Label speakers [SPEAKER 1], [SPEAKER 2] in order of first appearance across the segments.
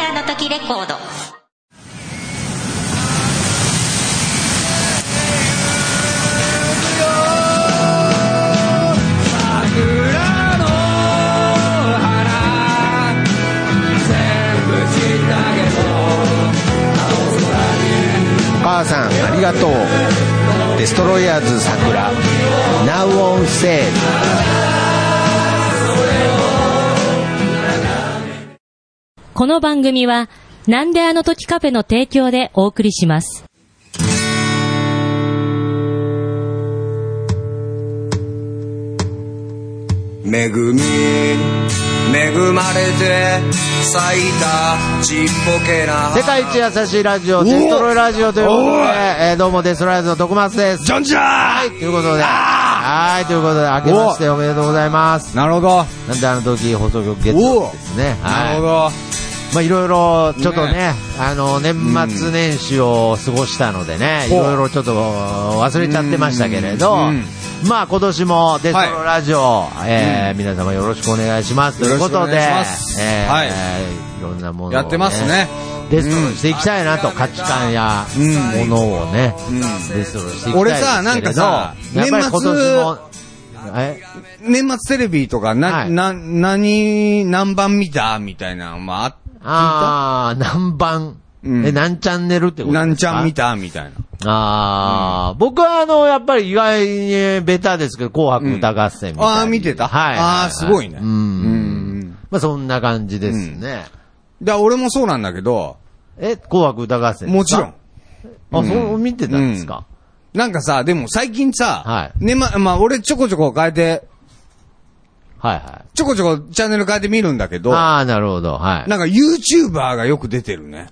[SPEAKER 1] コード
[SPEAKER 2] 母さんありがとうデストロイヤーズ桜 Now on sale
[SPEAKER 3] この番組は、なんであの時カフェの提供でお送りします。
[SPEAKER 4] 恵み恵まれて咲いたちっぽけな
[SPEAKER 2] 世界一優しいラジオデストロイラジオということで、えーどうもデストロイヤーズの徳松です
[SPEAKER 5] ジョンジャー
[SPEAKER 2] はいということではいということで明けましておめでとうございます
[SPEAKER 5] なるほど。
[SPEAKER 2] なんであの時放送局ゲットですね
[SPEAKER 5] なるほ
[SPEAKER 2] は
[SPEAKER 5] ど。
[SPEAKER 2] いまあいろいろちょっとね
[SPEAKER 5] ね
[SPEAKER 2] あの年末年始を過ごしたのでね、
[SPEAKER 5] ほう
[SPEAKER 2] いろいろちょっと忘れちゃってましたけれど、
[SPEAKER 5] うん
[SPEAKER 2] まあ今年もデストロラジオ、えー皆様よろしくお願いしますということで
[SPEAKER 5] よろしくお願いします
[SPEAKER 2] えー
[SPEAKER 5] はい
[SPEAKER 2] いろんなものを、
[SPEAKER 5] やってますね。
[SPEAKER 2] デストロしていきたいなと、価値観や
[SPEAKER 5] うん
[SPEAKER 2] ものをね、
[SPEAKER 5] ん
[SPEAKER 2] デストロしていきたいですけれど
[SPEAKER 5] 俺さなんかさ
[SPEAKER 2] やっぱり今年もえ
[SPEAKER 5] 年末テレビとか、な、
[SPEAKER 2] はい
[SPEAKER 5] な、何、何番見たみたいな、まあ、
[SPEAKER 2] あー、何番、
[SPEAKER 5] うん
[SPEAKER 2] え、何チャンネルってことです
[SPEAKER 5] な
[SPEAKER 2] か
[SPEAKER 5] んちゃん見たみたいな。
[SPEAKER 2] ああ、僕はあの、やっぱり意外にベタですけど、紅白歌合戦みたいな、
[SPEAKER 5] ああ、見てた
[SPEAKER 2] はい。
[SPEAKER 5] ああ、すごいね。
[SPEAKER 2] う。
[SPEAKER 5] うんん。
[SPEAKER 2] まあそんな感じですね。
[SPEAKER 5] だから俺もそうなんだけど、
[SPEAKER 2] え、紅白歌合戦で
[SPEAKER 5] も
[SPEAKER 2] す
[SPEAKER 5] ち
[SPEAKER 2] か
[SPEAKER 5] ろん。
[SPEAKER 2] あ、そう見てたんですか、
[SPEAKER 5] なんかさ、でも最近さ、
[SPEAKER 2] はい
[SPEAKER 5] ね、ま、まあ、俺ちょこちょこ変えて、
[SPEAKER 2] はいはい。
[SPEAKER 5] ちょこちょこチャンネル変えて見るんだけど、な
[SPEAKER 2] ああ、なるほど、はい。
[SPEAKER 5] んか YouTuber がよく出てるね。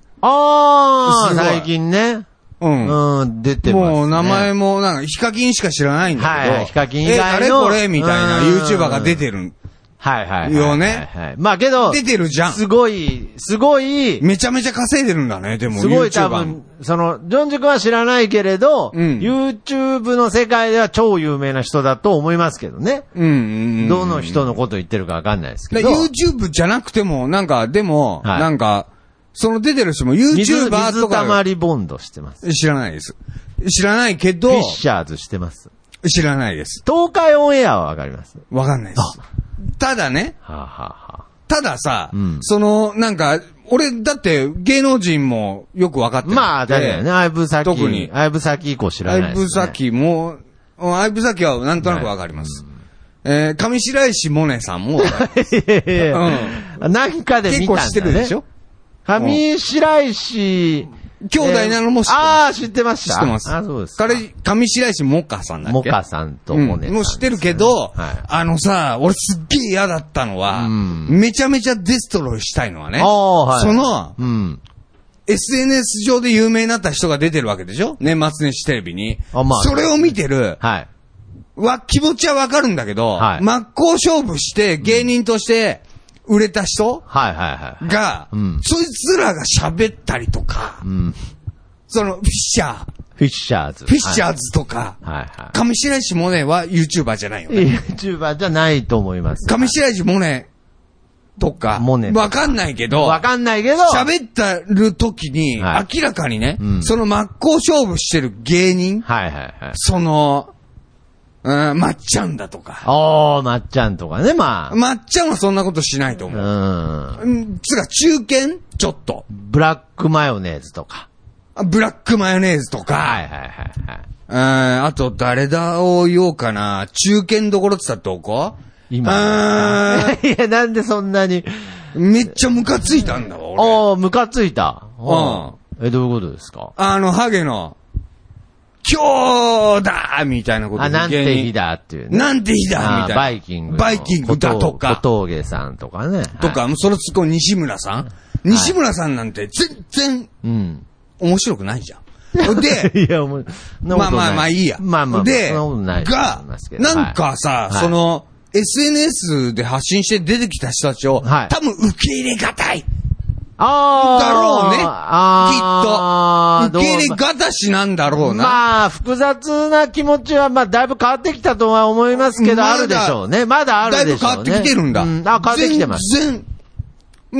[SPEAKER 2] ああ、
[SPEAKER 5] すごい
[SPEAKER 2] 最近ね。
[SPEAKER 5] うん。
[SPEAKER 2] うん、出てます、ね。
[SPEAKER 5] もう名前もなんか、ヒカキンしか知らないんだけど。
[SPEAKER 2] はいヒカキン以
[SPEAKER 5] え、
[SPEAKER 2] 外
[SPEAKER 5] あれこ
[SPEAKER 2] の
[SPEAKER 5] れみたいな
[SPEAKER 2] うん
[SPEAKER 5] YouTuber が出てる。
[SPEAKER 2] はいはいはいはい。
[SPEAKER 5] よね
[SPEAKER 2] はいはいまあけど、
[SPEAKER 5] 出てるじゃん
[SPEAKER 2] すごい、すごい、
[SPEAKER 5] めちゃめちゃ稼いでるんだね、でも YouTuber。
[SPEAKER 2] すごい多分、その、ジョンジュ君は知らないけれど、
[SPEAKER 5] うん
[SPEAKER 2] YouTube の世界では超有名な人だと思いますけどね。
[SPEAKER 5] うんうんうん。
[SPEAKER 2] どの人のこと言ってるかわかんないですけ
[SPEAKER 5] だ
[SPEAKER 2] ど。
[SPEAKER 5] YouTube じゃなくても、なんか、でも、
[SPEAKER 2] はい
[SPEAKER 5] なんか、その出てる人も
[SPEAKER 2] 水
[SPEAKER 5] YouTuber
[SPEAKER 2] 水
[SPEAKER 5] と
[SPEAKER 2] たま
[SPEAKER 5] か、
[SPEAKER 2] りボンドしてます。
[SPEAKER 5] 知らないです。知らないけど
[SPEAKER 2] フィッ、シャーズしてます。
[SPEAKER 5] 知らないです。
[SPEAKER 2] 東海オンエアはわかります。
[SPEAKER 5] わかんないです。ただね、
[SPEAKER 2] はあ、はあはあ、
[SPEAKER 5] たださ、
[SPEAKER 2] うん
[SPEAKER 5] その、なんか、俺、だって、芸能人もよくわかってなくて
[SPEAKER 2] まあ、だよね。相武咲。
[SPEAKER 5] 特に
[SPEAKER 2] 相武咲以降知らない
[SPEAKER 5] アイ
[SPEAKER 2] です、ね。
[SPEAKER 5] ブサキも、アイブサキはなんとなくわかります。えー上白石萌音さんもわかる、
[SPEAKER 2] いやいやいやなん かで見た
[SPEAKER 5] 結構
[SPEAKER 2] んだ、ね。
[SPEAKER 5] してるでしょ
[SPEAKER 2] 上白石、
[SPEAKER 5] 兄弟なのも知ってます
[SPEAKER 2] ああー、知ってまし
[SPEAKER 5] 知
[SPEAKER 2] た。
[SPEAKER 5] ってます。
[SPEAKER 2] あそうですか。
[SPEAKER 5] 彼、上白石萌歌さんだっけ
[SPEAKER 2] モカさんとモネさんですね、
[SPEAKER 5] うんもう知ってるけど、
[SPEAKER 2] はい。
[SPEAKER 5] あのさ、俺すっげえ嫌だったのは、
[SPEAKER 2] うん
[SPEAKER 5] めちゃめちゃデストロイしたいのはね、
[SPEAKER 2] ああはい
[SPEAKER 5] その、
[SPEAKER 2] うん。
[SPEAKER 5] SNS 上で有名になった人が出てるわけでしょ年末年始テレビに。
[SPEAKER 2] あまあ
[SPEAKER 5] それを見てる、
[SPEAKER 2] はい。
[SPEAKER 5] わ、気持ちはわかるんだけど、
[SPEAKER 2] はい
[SPEAKER 5] 真っ向勝負して芸人として売れた人
[SPEAKER 2] はいはいはい。
[SPEAKER 5] が、
[SPEAKER 2] うん
[SPEAKER 5] そいつらが喋ったりとか、
[SPEAKER 2] うん。
[SPEAKER 5] その、フィッシャー、
[SPEAKER 2] フィッシャーズ。
[SPEAKER 5] フィッシャーズとか、
[SPEAKER 2] はいはいは
[SPEAKER 5] 上白石萌音は YouTuber じゃないよね。
[SPEAKER 2] い。YouTuber じゃないと思います。
[SPEAKER 5] 上白石萌音とか、
[SPEAKER 2] 萌音とか
[SPEAKER 5] わかんないけど、
[SPEAKER 2] わかんないけど、
[SPEAKER 5] 喋ったる時に、
[SPEAKER 2] はい
[SPEAKER 5] 明らかにね、
[SPEAKER 2] うん
[SPEAKER 5] その真っ向勝負してる芸人、
[SPEAKER 2] はいはいはい。
[SPEAKER 5] その、うん、まっちゃんだとか、
[SPEAKER 2] おー、まっちゃんとかね、ま
[SPEAKER 5] まっちゃんはそんなことしないと思う。
[SPEAKER 2] あ。うん。
[SPEAKER 5] うんつうか、中堅ちょっと。
[SPEAKER 2] ブラックマヨネーズとか。
[SPEAKER 5] あブラックマヨネーズと
[SPEAKER 2] は
[SPEAKER 5] か。
[SPEAKER 2] いはいはいは
[SPEAKER 5] う
[SPEAKER 2] い。
[SPEAKER 5] ん、あと、誰だを言おうかな。中堅どころって言ったらどこ
[SPEAKER 2] 今。
[SPEAKER 5] うーん
[SPEAKER 2] いや、なんでそんなに。
[SPEAKER 5] めっちゃムカついたんだわ、俺。
[SPEAKER 2] おー、ムカついた。おーえ、どういうことですか
[SPEAKER 5] あの、ハゲの、今日だみたいなこと
[SPEAKER 2] あ、なんて日
[SPEAKER 5] だ。
[SPEAKER 2] だっていうね。
[SPEAKER 5] なんて日だみ
[SPEAKER 2] あ
[SPEAKER 5] たいな。
[SPEAKER 2] バイキングの。
[SPEAKER 5] バイキングだと
[SPEAKER 2] 小
[SPEAKER 5] か。
[SPEAKER 2] 峠さんとかね。
[SPEAKER 5] とか、もうそれつっこ西村さん西村さんなんて全然
[SPEAKER 2] うん。
[SPEAKER 5] 面白くないじゃん。 で、
[SPEAKER 2] いや、もう、そん
[SPEAKER 5] まあ
[SPEAKER 2] なことな
[SPEAKER 5] まあまあいいや。
[SPEAKER 2] まあまあ、
[SPEAKER 5] で、
[SPEAKER 2] そんなことないと
[SPEAKER 5] が
[SPEAKER 2] 思いますけ、ど
[SPEAKER 5] なんかさ、
[SPEAKER 2] はい
[SPEAKER 5] その、SNS で発信して出てきた人たちを、
[SPEAKER 2] はい
[SPEAKER 5] 多分受け入れがたい
[SPEAKER 2] あー
[SPEAKER 5] だろうね。
[SPEAKER 2] あー
[SPEAKER 5] きっと。受け入れがたしなんだろうな。
[SPEAKER 2] まあ、複雑な気持ちは、まあ、だいぶ変わってきたとは思いますけど、
[SPEAKER 5] まだ
[SPEAKER 2] あるでしょうね。まだあ
[SPEAKER 5] だい
[SPEAKER 2] る
[SPEAKER 5] ぶ
[SPEAKER 2] でし
[SPEAKER 5] 変
[SPEAKER 2] ょ
[SPEAKER 5] わ
[SPEAKER 2] う
[SPEAKER 5] っ
[SPEAKER 2] ね。
[SPEAKER 5] てきてるんだ。
[SPEAKER 2] うあ、変わってきてます。
[SPEAKER 5] 全然、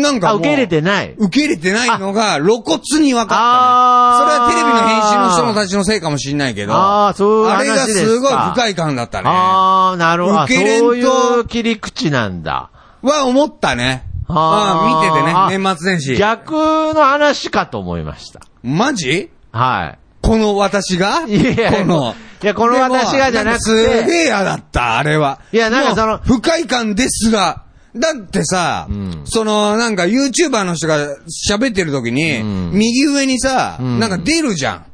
[SPEAKER 5] なんか
[SPEAKER 2] あ、
[SPEAKER 5] もう
[SPEAKER 2] 受け入れてない。
[SPEAKER 5] 受け入れてないのが露骨に分かった、ね。
[SPEAKER 2] あ
[SPEAKER 5] それ
[SPEAKER 2] ー
[SPEAKER 5] はテレビの編集の人のたちのせいかもしんないけど。
[SPEAKER 2] あーそういう
[SPEAKER 5] あれが
[SPEAKER 2] 話ですか
[SPEAKER 5] すごい深い感だったね。は
[SPEAKER 2] ああ、なるほど。あ
[SPEAKER 5] 受け入れんと
[SPEAKER 2] そういう切り口なんだ。
[SPEAKER 5] 思ったね。
[SPEAKER 2] あー
[SPEAKER 5] あ
[SPEAKER 2] あ
[SPEAKER 5] ー見ててね、年末年始。
[SPEAKER 2] 逆の話かと思いました。
[SPEAKER 5] マジ
[SPEAKER 2] は
[SPEAKER 5] この私が
[SPEAKER 2] い。いや、
[SPEAKER 5] この。
[SPEAKER 2] いや、この私がじゃなく
[SPEAKER 5] でもんかすげ
[SPEAKER 2] て、
[SPEAKER 5] え嫌だった、あれは。
[SPEAKER 2] いやなんかその
[SPEAKER 5] もう不快感ですが、だってさ、
[SPEAKER 2] ん
[SPEAKER 5] その、なんか YouTuber の人が喋ってる時に、
[SPEAKER 2] ん
[SPEAKER 5] 右上にさ、
[SPEAKER 2] ん
[SPEAKER 5] なんか出るじゃん。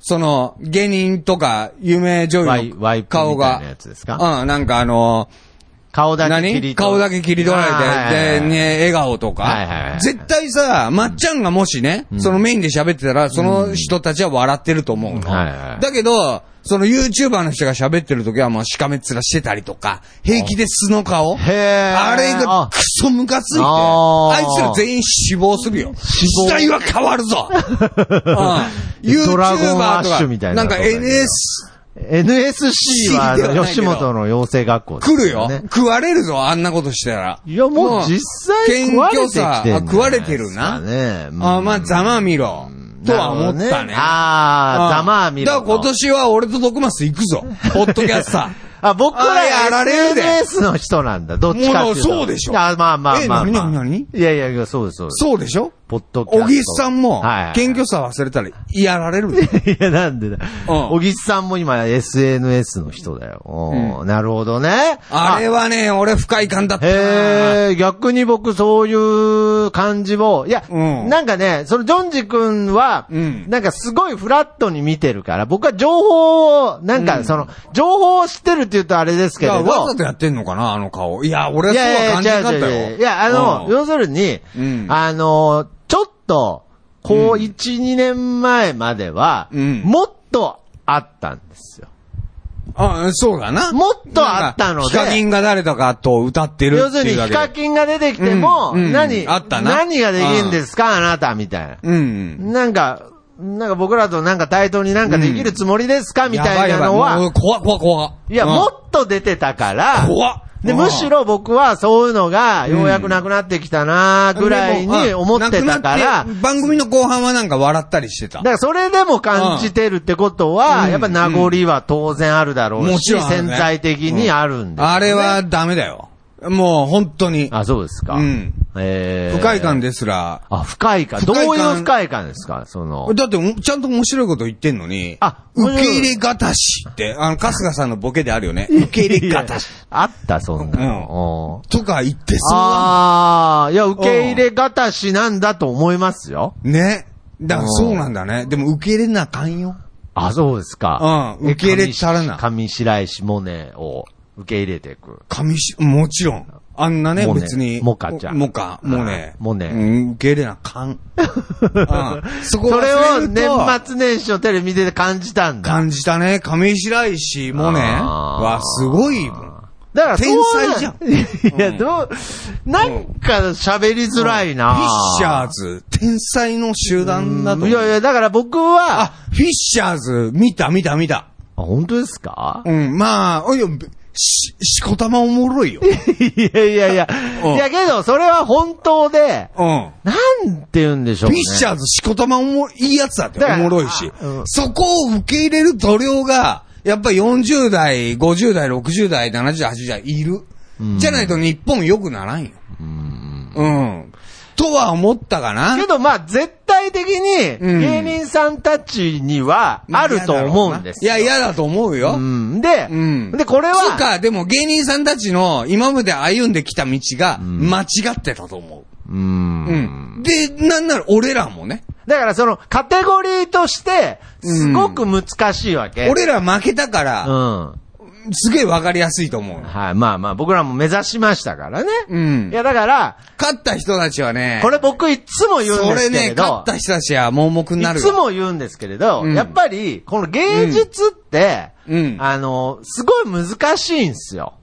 [SPEAKER 5] その、芸人とか、有名女
[SPEAKER 2] ワイ
[SPEAKER 5] 優
[SPEAKER 2] ワイ
[SPEAKER 5] の
[SPEAKER 2] プみたい
[SPEAKER 5] 顔が。
[SPEAKER 2] なやつですか
[SPEAKER 5] うん、なんかあの、
[SPEAKER 2] 顔だけ切
[SPEAKER 5] 何
[SPEAKER 2] り取
[SPEAKER 5] 顔だけ切り取られて、で、
[SPEAKER 2] はいはいはい
[SPEAKER 5] ね、笑顔と
[SPEAKER 2] はいはいは
[SPEAKER 5] か
[SPEAKER 2] い。
[SPEAKER 5] 絶対さ、まっちゃんがもしね、そのメインで喋ってたら、その人たちは笑ってると思うの。
[SPEAKER 2] はいはい
[SPEAKER 5] だけど、その YouTuber の人が喋ってる時はもうしかめっ面してたりとか、平気で素の顔
[SPEAKER 2] へえ。
[SPEAKER 5] あれが
[SPEAKER 2] あ
[SPEAKER 5] クソムカついて、
[SPEAKER 2] あー
[SPEAKER 5] あいつら全員死亡するよ。時代は変わる ぞうん
[SPEAKER 2] ドラゴンア
[SPEAKER 5] !YouTuber
[SPEAKER 2] ッ
[SPEAKER 5] と
[SPEAKER 2] シュ
[SPEAKER 5] か
[SPEAKER 2] みたい、
[SPEAKER 5] な
[SPEAKER 2] な
[SPEAKER 5] んか
[SPEAKER 2] ことだけど
[SPEAKER 5] NS、不思議ではない
[SPEAKER 2] NSC はあの
[SPEAKER 5] け
[SPEAKER 2] 吉
[SPEAKER 5] ど
[SPEAKER 2] 本の養成学校です
[SPEAKER 5] 来る
[SPEAKER 2] よ
[SPEAKER 5] よ
[SPEAKER 2] ね。
[SPEAKER 5] 食われるぞ、あんなことしてたら。
[SPEAKER 2] いや、もう実際食われてきてんじゃないです
[SPEAKER 5] 謙虚さ
[SPEAKER 2] か
[SPEAKER 5] あ食われてるな
[SPEAKER 2] ね。
[SPEAKER 5] あまあ、ざまあみろ。とは思っ
[SPEAKER 2] なるほ
[SPEAKER 5] た
[SPEAKER 2] ど
[SPEAKER 5] ね。
[SPEAKER 2] ああ、ざまあ見ろ
[SPEAKER 5] だ
[SPEAKER 2] と。
[SPEAKER 5] から今年は俺と毒マス行く ぞ。ポッドキャスター。
[SPEAKER 2] あ、僕ら
[SPEAKER 5] あやられるで
[SPEAKER 2] SNS の人なんだ。どっちかっていうと。
[SPEAKER 5] もうそうでしょ
[SPEAKER 2] あまあまあ
[SPEAKER 5] え
[SPEAKER 2] まあまあ。
[SPEAKER 5] 何々何
[SPEAKER 2] いやいやいや、そうです、そうです。
[SPEAKER 5] そうでしょ
[SPEAKER 2] ポッドキャスト。
[SPEAKER 5] 小木さんも
[SPEAKER 2] はいはい、
[SPEAKER 5] 謙虚さ忘れたらやられる で。
[SPEAKER 2] いや、なんでだ。
[SPEAKER 5] うん
[SPEAKER 2] 小木さんも今 SNS の人だよ。おーなるほどね。
[SPEAKER 5] あれはね、俺不快感だったな。
[SPEAKER 2] へえ、逆に僕そういう感じを、いや、
[SPEAKER 5] うん
[SPEAKER 2] なんかね、そのジョンジ君は、
[SPEAKER 5] うん
[SPEAKER 2] なんかすごいフラットに見てるから、僕は情報を、なんかその、情報を知ってるって言うとあれですけ
[SPEAKER 5] い
[SPEAKER 2] れ
[SPEAKER 5] や
[SPEAKER 2] ど、
[SPEAKER 5] わざとやってんのかな、あの顔。いや、俺
[SPEAKER 2] い
[SPEAKER 5] はそう
[SPEAKER 2] やい
[SPEAKER 5] は
[SPEAKER 2] や
[SPEAKER 5] 感
[SPEAKER 2] い
[SPEAKER 5] じな
[SPEAKER 2] や、
[SPEAKER 5] かっ
[SPEAKER 2] 違う
[SPEAKER 5] た
[SPEAKER 2] 違う違
[SPEAKER 5] よ。
[SPEAKER 2] ういや、あの、
[SPEAKER 5] うん
[SPEAKER 2] 要するに、
[SPEAKER 5] うん
[SPEAKER 2] あの、ちょっと、こう、1、2年前までは、
[SPEAKER 5] うん
[SPEAKER 2] もっとあったんですよ。
[SPEAKER 5] あそうだな。
[SPEAKER 2] もっとあったので
[SPEAKER 5] なんかヒカキンが誰とかと歌ってる
[SPEAKER 2] 要
[SPEAKER 5] って
[SPEAKER 2] する
[SPEAKER 5] いう
[SPEAKER 2] に、
[SPEAKER 5] だ
[SPEAKER 2] ヒ
[SPEAKER 5] けで。
[SPEAKER 2] カキンが出てきても、
[SPEAKER 5] うんうん
[SPEAKER 2] 何、
[SPEAKER 5] あったな
[SPEAKER 2] 何ができるんですか、あなた、みたいな。
[SPEAKER 5] うん。
[SPEAKER 2] なんか、なんか僕らとなんか対等になんかできるつもりですか、み
[SPEAKER 5] や
[SPEAKER 2] た
[SPEAKER 5] ば
[SPEAKER 2] い
[SPEAKER 5] やば
[SPEAKER 2] なのは、
[SPEAKER 5] もう怖っ怖っ怖っ
[SPEAKER 2] いや、
[SPEAKER 5] うん
[SPEAKER 2] もっと出てたから、
[SPEAKER 5] 怖っ
[SPEAKER 2] で、
[SPEAKER 5] うん
[SPEAKER 2] むしろ僕はそういうのが、ようやくなくなってきたなぐらいに思ってたから、
[SPEAKER 5] うん番組の後半はなんか笑ったりしてた
[SPEAKER 2] だか。らそれでも感じてるってことは、
[SPEAKER 5] うん
[SPEAKER 2] やっぱ名残は当然あるだろう
[SPEAKER 5] も
[SPEAKER 2] し、
[SPEAKER 5] ちろんある
[SPEAKER 2] 潜
[SPEAKER 5] ね
[SPEAKER 2] 在的にあるんですよね
[SPEAKER 5] あれはダメだよ。もう本当に。
[SPEAKER 2] あ、そうですか。
[SPEAKER 5] うん
[SPEAKER 2] えー
[SPEAKER 5] 不快感ですら。
[SPEAKER 2] あ、不快感。
[SPEAKER 5] 不
[SPEAKER 2] どう
[SPEAKER 5] 快感
[SPEAKER 2] いう不快感ですかその。
[SPEAKER 5] だっても、ちゃんと面白いこと言ってんのに、
[SPEAKER 2] あ
[SPEAKER 5] 受け入れがたしって、あの、春日さんのボケであるよね。受け入れがたし。
[SPEAKER 2] あった、そんなの。うん
[SPEAKER 5] とか言ってそうな
[SPEAKER 2] ああ、いや、受け入れがたしなんだと思いますよ。
[SPEAKER 5] んね。だからそうなんだね。でも受け入れなあかんよ。
[SPEAKER 2] あ、そうですか。
[SPEAKER 5] うん受け入れたらな
[SPEAKER 2] 上白石萌音を受け入れていく。
[SPEAKER 5] 紙し、もちろん。あんなね、
[SPEAKER 2] モネ
[SPEAKER 5] 別に。
[SPEAKER 2] モカちゃん
[SPEAKER 5] モカ、モ
[SPEAKER 2] はい
[SPEAKER 5] ネ。
[SPEAKER 2] モネ
[SPEAKER 5] うん、受け入れなあか ん。うんそこ
[SPEAKER 2] それを
[SPEAKER 5] 忘れると
[SPEAKER 2] 年末年始のテレビ見てて感じたんだ。
[SPEAKER 5] 感じたね。上白石萌音
[SPEAKER 2] あー
[SPEAKER 5] はすごいもん。
[SPEAKER 2] だからそう
[SPEAKER 5] 天才じゃん
[SPEAKER 2] いや、どう、なんか喋りづらいな。
[SPEAKER 5] フィッシャーズ、天才の集団だと思う。
[SPEAKER 2] いやいや、だから僕は、あ、
[SPEAKER 5] あ、フィッシャーズ、見た見た見た。
[SPEAKER 2] 本当ですか
[SPEAKER 5] うん、まあ、おいよ、し、しこたまおもろいよ。
[SPEAKER 2] いやいやいや。
[SPEAKER 5] うん
[SPEAKER 2] いやけど、それは本当で、
[SPEAKER 5] うん。
[SPEAKER 2] なんて言うんでしょ
[SPEAKER 5] フィッ
[SPEAKER 2] うね。
[SPEAKER 5] シャーズ、しこたまおも、いいやつだって、
[SPEAKER 2] だか
[SPEAKER 5] お
[SPEAKER 2] ら
[SPEAKER 5] もろいし
[SPEAKER 2] あうん。
[SPEAKER 5] そこを受け入れる度量が、やっぱ40代、50代、60代、70代、80代いる。じゃないと日本良くならんよ。うん。とは思ったかな。
[SPEAKER 2] けど、まあ、絶対的に、
[SPEAKER 5] うん
[SPEAKER 2] 芸人さんたちには、あると思うんです
[SPEAKER 5] い
[SPEAKER 2] よ。
[SPEAKER 5] や、嫌だと思うよ。
[SPEAKER 2] うん。で、
[SPEAKER 5] うん
[SPEAKER 2] で、こ
[SPEAKER 5] つ
[SPEAKER 2] れ
[SPEAKER 5] う
[SPEAKER 2] は、
[SPEAKER 5] か、でも芸人さんたちの今まで歩んできた道が間違ってたと思う。
[SPEAKER 2] う。
[SPEAKER 5] うんん。で、なんなら俺らもね。
[SPEAKER 2] だから、その、カテゴリーとして、すごく難しいわけ。
[SPEAKER 5] 俺ら負けたか
[SPEAKER 2] う
[SPEAKER 5] ら、
[SPEAKER 2] ん。
[SPEAKER 5] すげえわかりやすいと思う。
[SPEAKER 2] はい。まあまあ、僕らも目指しましたからね。
[SPEAKER 5] うん
[SPEAKER 2] いや、だから、
[SPEAKER 5] 勝った人たちはね、
[SPEAKER 2] これ僕いつも言うん
[SPEAKER 5] そ
[SPEAKER 2] で
[SPEAKER 5] れ
[SPEAKER 2] すけ
[SPEAKER 5] ね
[SPEAKER 2] れ、ど。
[SPEAKER 5] 勝った人たちは盲目になる
[SPEAKER 2] い
[SPEAKER 5] よ。
[SPEAKER 2] つも言うんですけれど、
[SPEAKER 5] うん
[SPEAKER 2] やっぱり、この芸術って、
[SPEAKER 5] うん
[SPEAKER 2] あの、すごい難しいんですよ。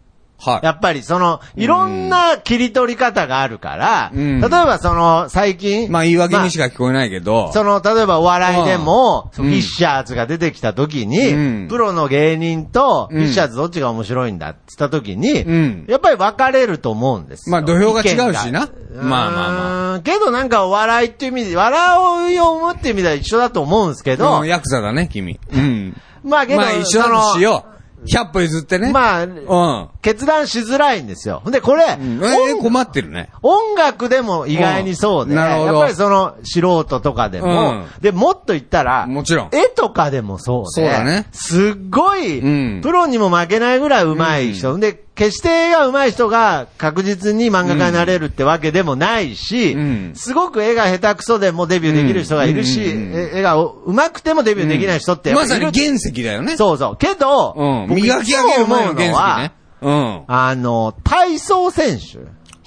[SPEAKER 5] はい。
[SPEAKER 2] やっぱりその、いろんな切り取り方があるから、
[SPEAKER 5] うん
[SPEAKER 2] 例えばその、最近、
[SPEAKER 5] まあ言い訳にし
[SPEAKER 2] まあ
[SPEAKER 5] か聞こえないけど、
[SPEAKER 2] その、例えばお笑いでも、
[SPEAKER 5] うん
[SPEAKER 2] フィッシャーズが出てきた時に、
[SPEAKER 5] うん
[SPEAKER 2] プロの芸人と、
[SPEAKER 5] う
[SPEAKER 2] フ
[SPEAKER 5] ん
[SPEAKER 2] ィッシャーズどっちが面白いんだって言った時に、
[SPEAKER 5] うん
[SPEAKER 2] やっぱり分かれると思うんですよ。
[SPEAKER 5] まあ土俵が違うしな
[SPEAKER 2] 意見が
[SPEAKER 5] まあまあまあ
[SPEAKER 2] ううん、けどなんかお笑いっていう意味で、笑うようむっていう意味では一緒だと思うんですけど、
[SPEAKER 5] うん、ヤクザだね、君。うん。
[SPEAKER 2] まあけど、
[SPEAKER 5] まあ一緒な
[SPEAKER 2] その
[SPEAKER 5] のしよう。100歩譲ってね。
[SPEAKER 2] まあ
[SPEAKER 5] うん。
[SPEAKER 2] 決断しづらいんですよ。で、これ、
[SPEAKER 5] うんえー、
[SPEAKER 2] 音
[SPEAKER 5] 困ってるね。
[SPEAKER 2] 音楽でも意外にそうで、
[SPEAKER 5] うんなるほど
[SPEAKER 2] やっぱりその素人とかでも、
[SPEAKER 5] う
[SPEAKER 2] で、もっと言ったら、
[SPEAKER 5] もちろん
[SPEAKER 2] 絵とかでもそうで、
[SPEAKER 5] そうだね
[SPEAKER 2] すっごい、
[SPEAKER 5] うん
[SPEAKER 2] プロにも負けないぐらい上手い人、で、決して絵が上手い人が確実に漫画家になれるってわけでもないし、
[SPEAKER 5] うん
[SPEAKER 2] すごく絵が下手くそでもデビューできる人がいるし、え絵が上手くてもデビューできない人ってやっ
[SPEAKER 5] ま
[SPEAKER 2] ぱいる
[SPEAKER 5] さに原石だよね。
[SPEAKER 2] そうそう。けど、
[SPEAKER 5] うん。
[SPEAKER 2] 僕
[SPEAKER 5] 磨き上げる前の
[SPEAKER 2] いつも
[SPEAKER 5] 原石ね。うん。は
[SPEAKER 2] あの、体操選手。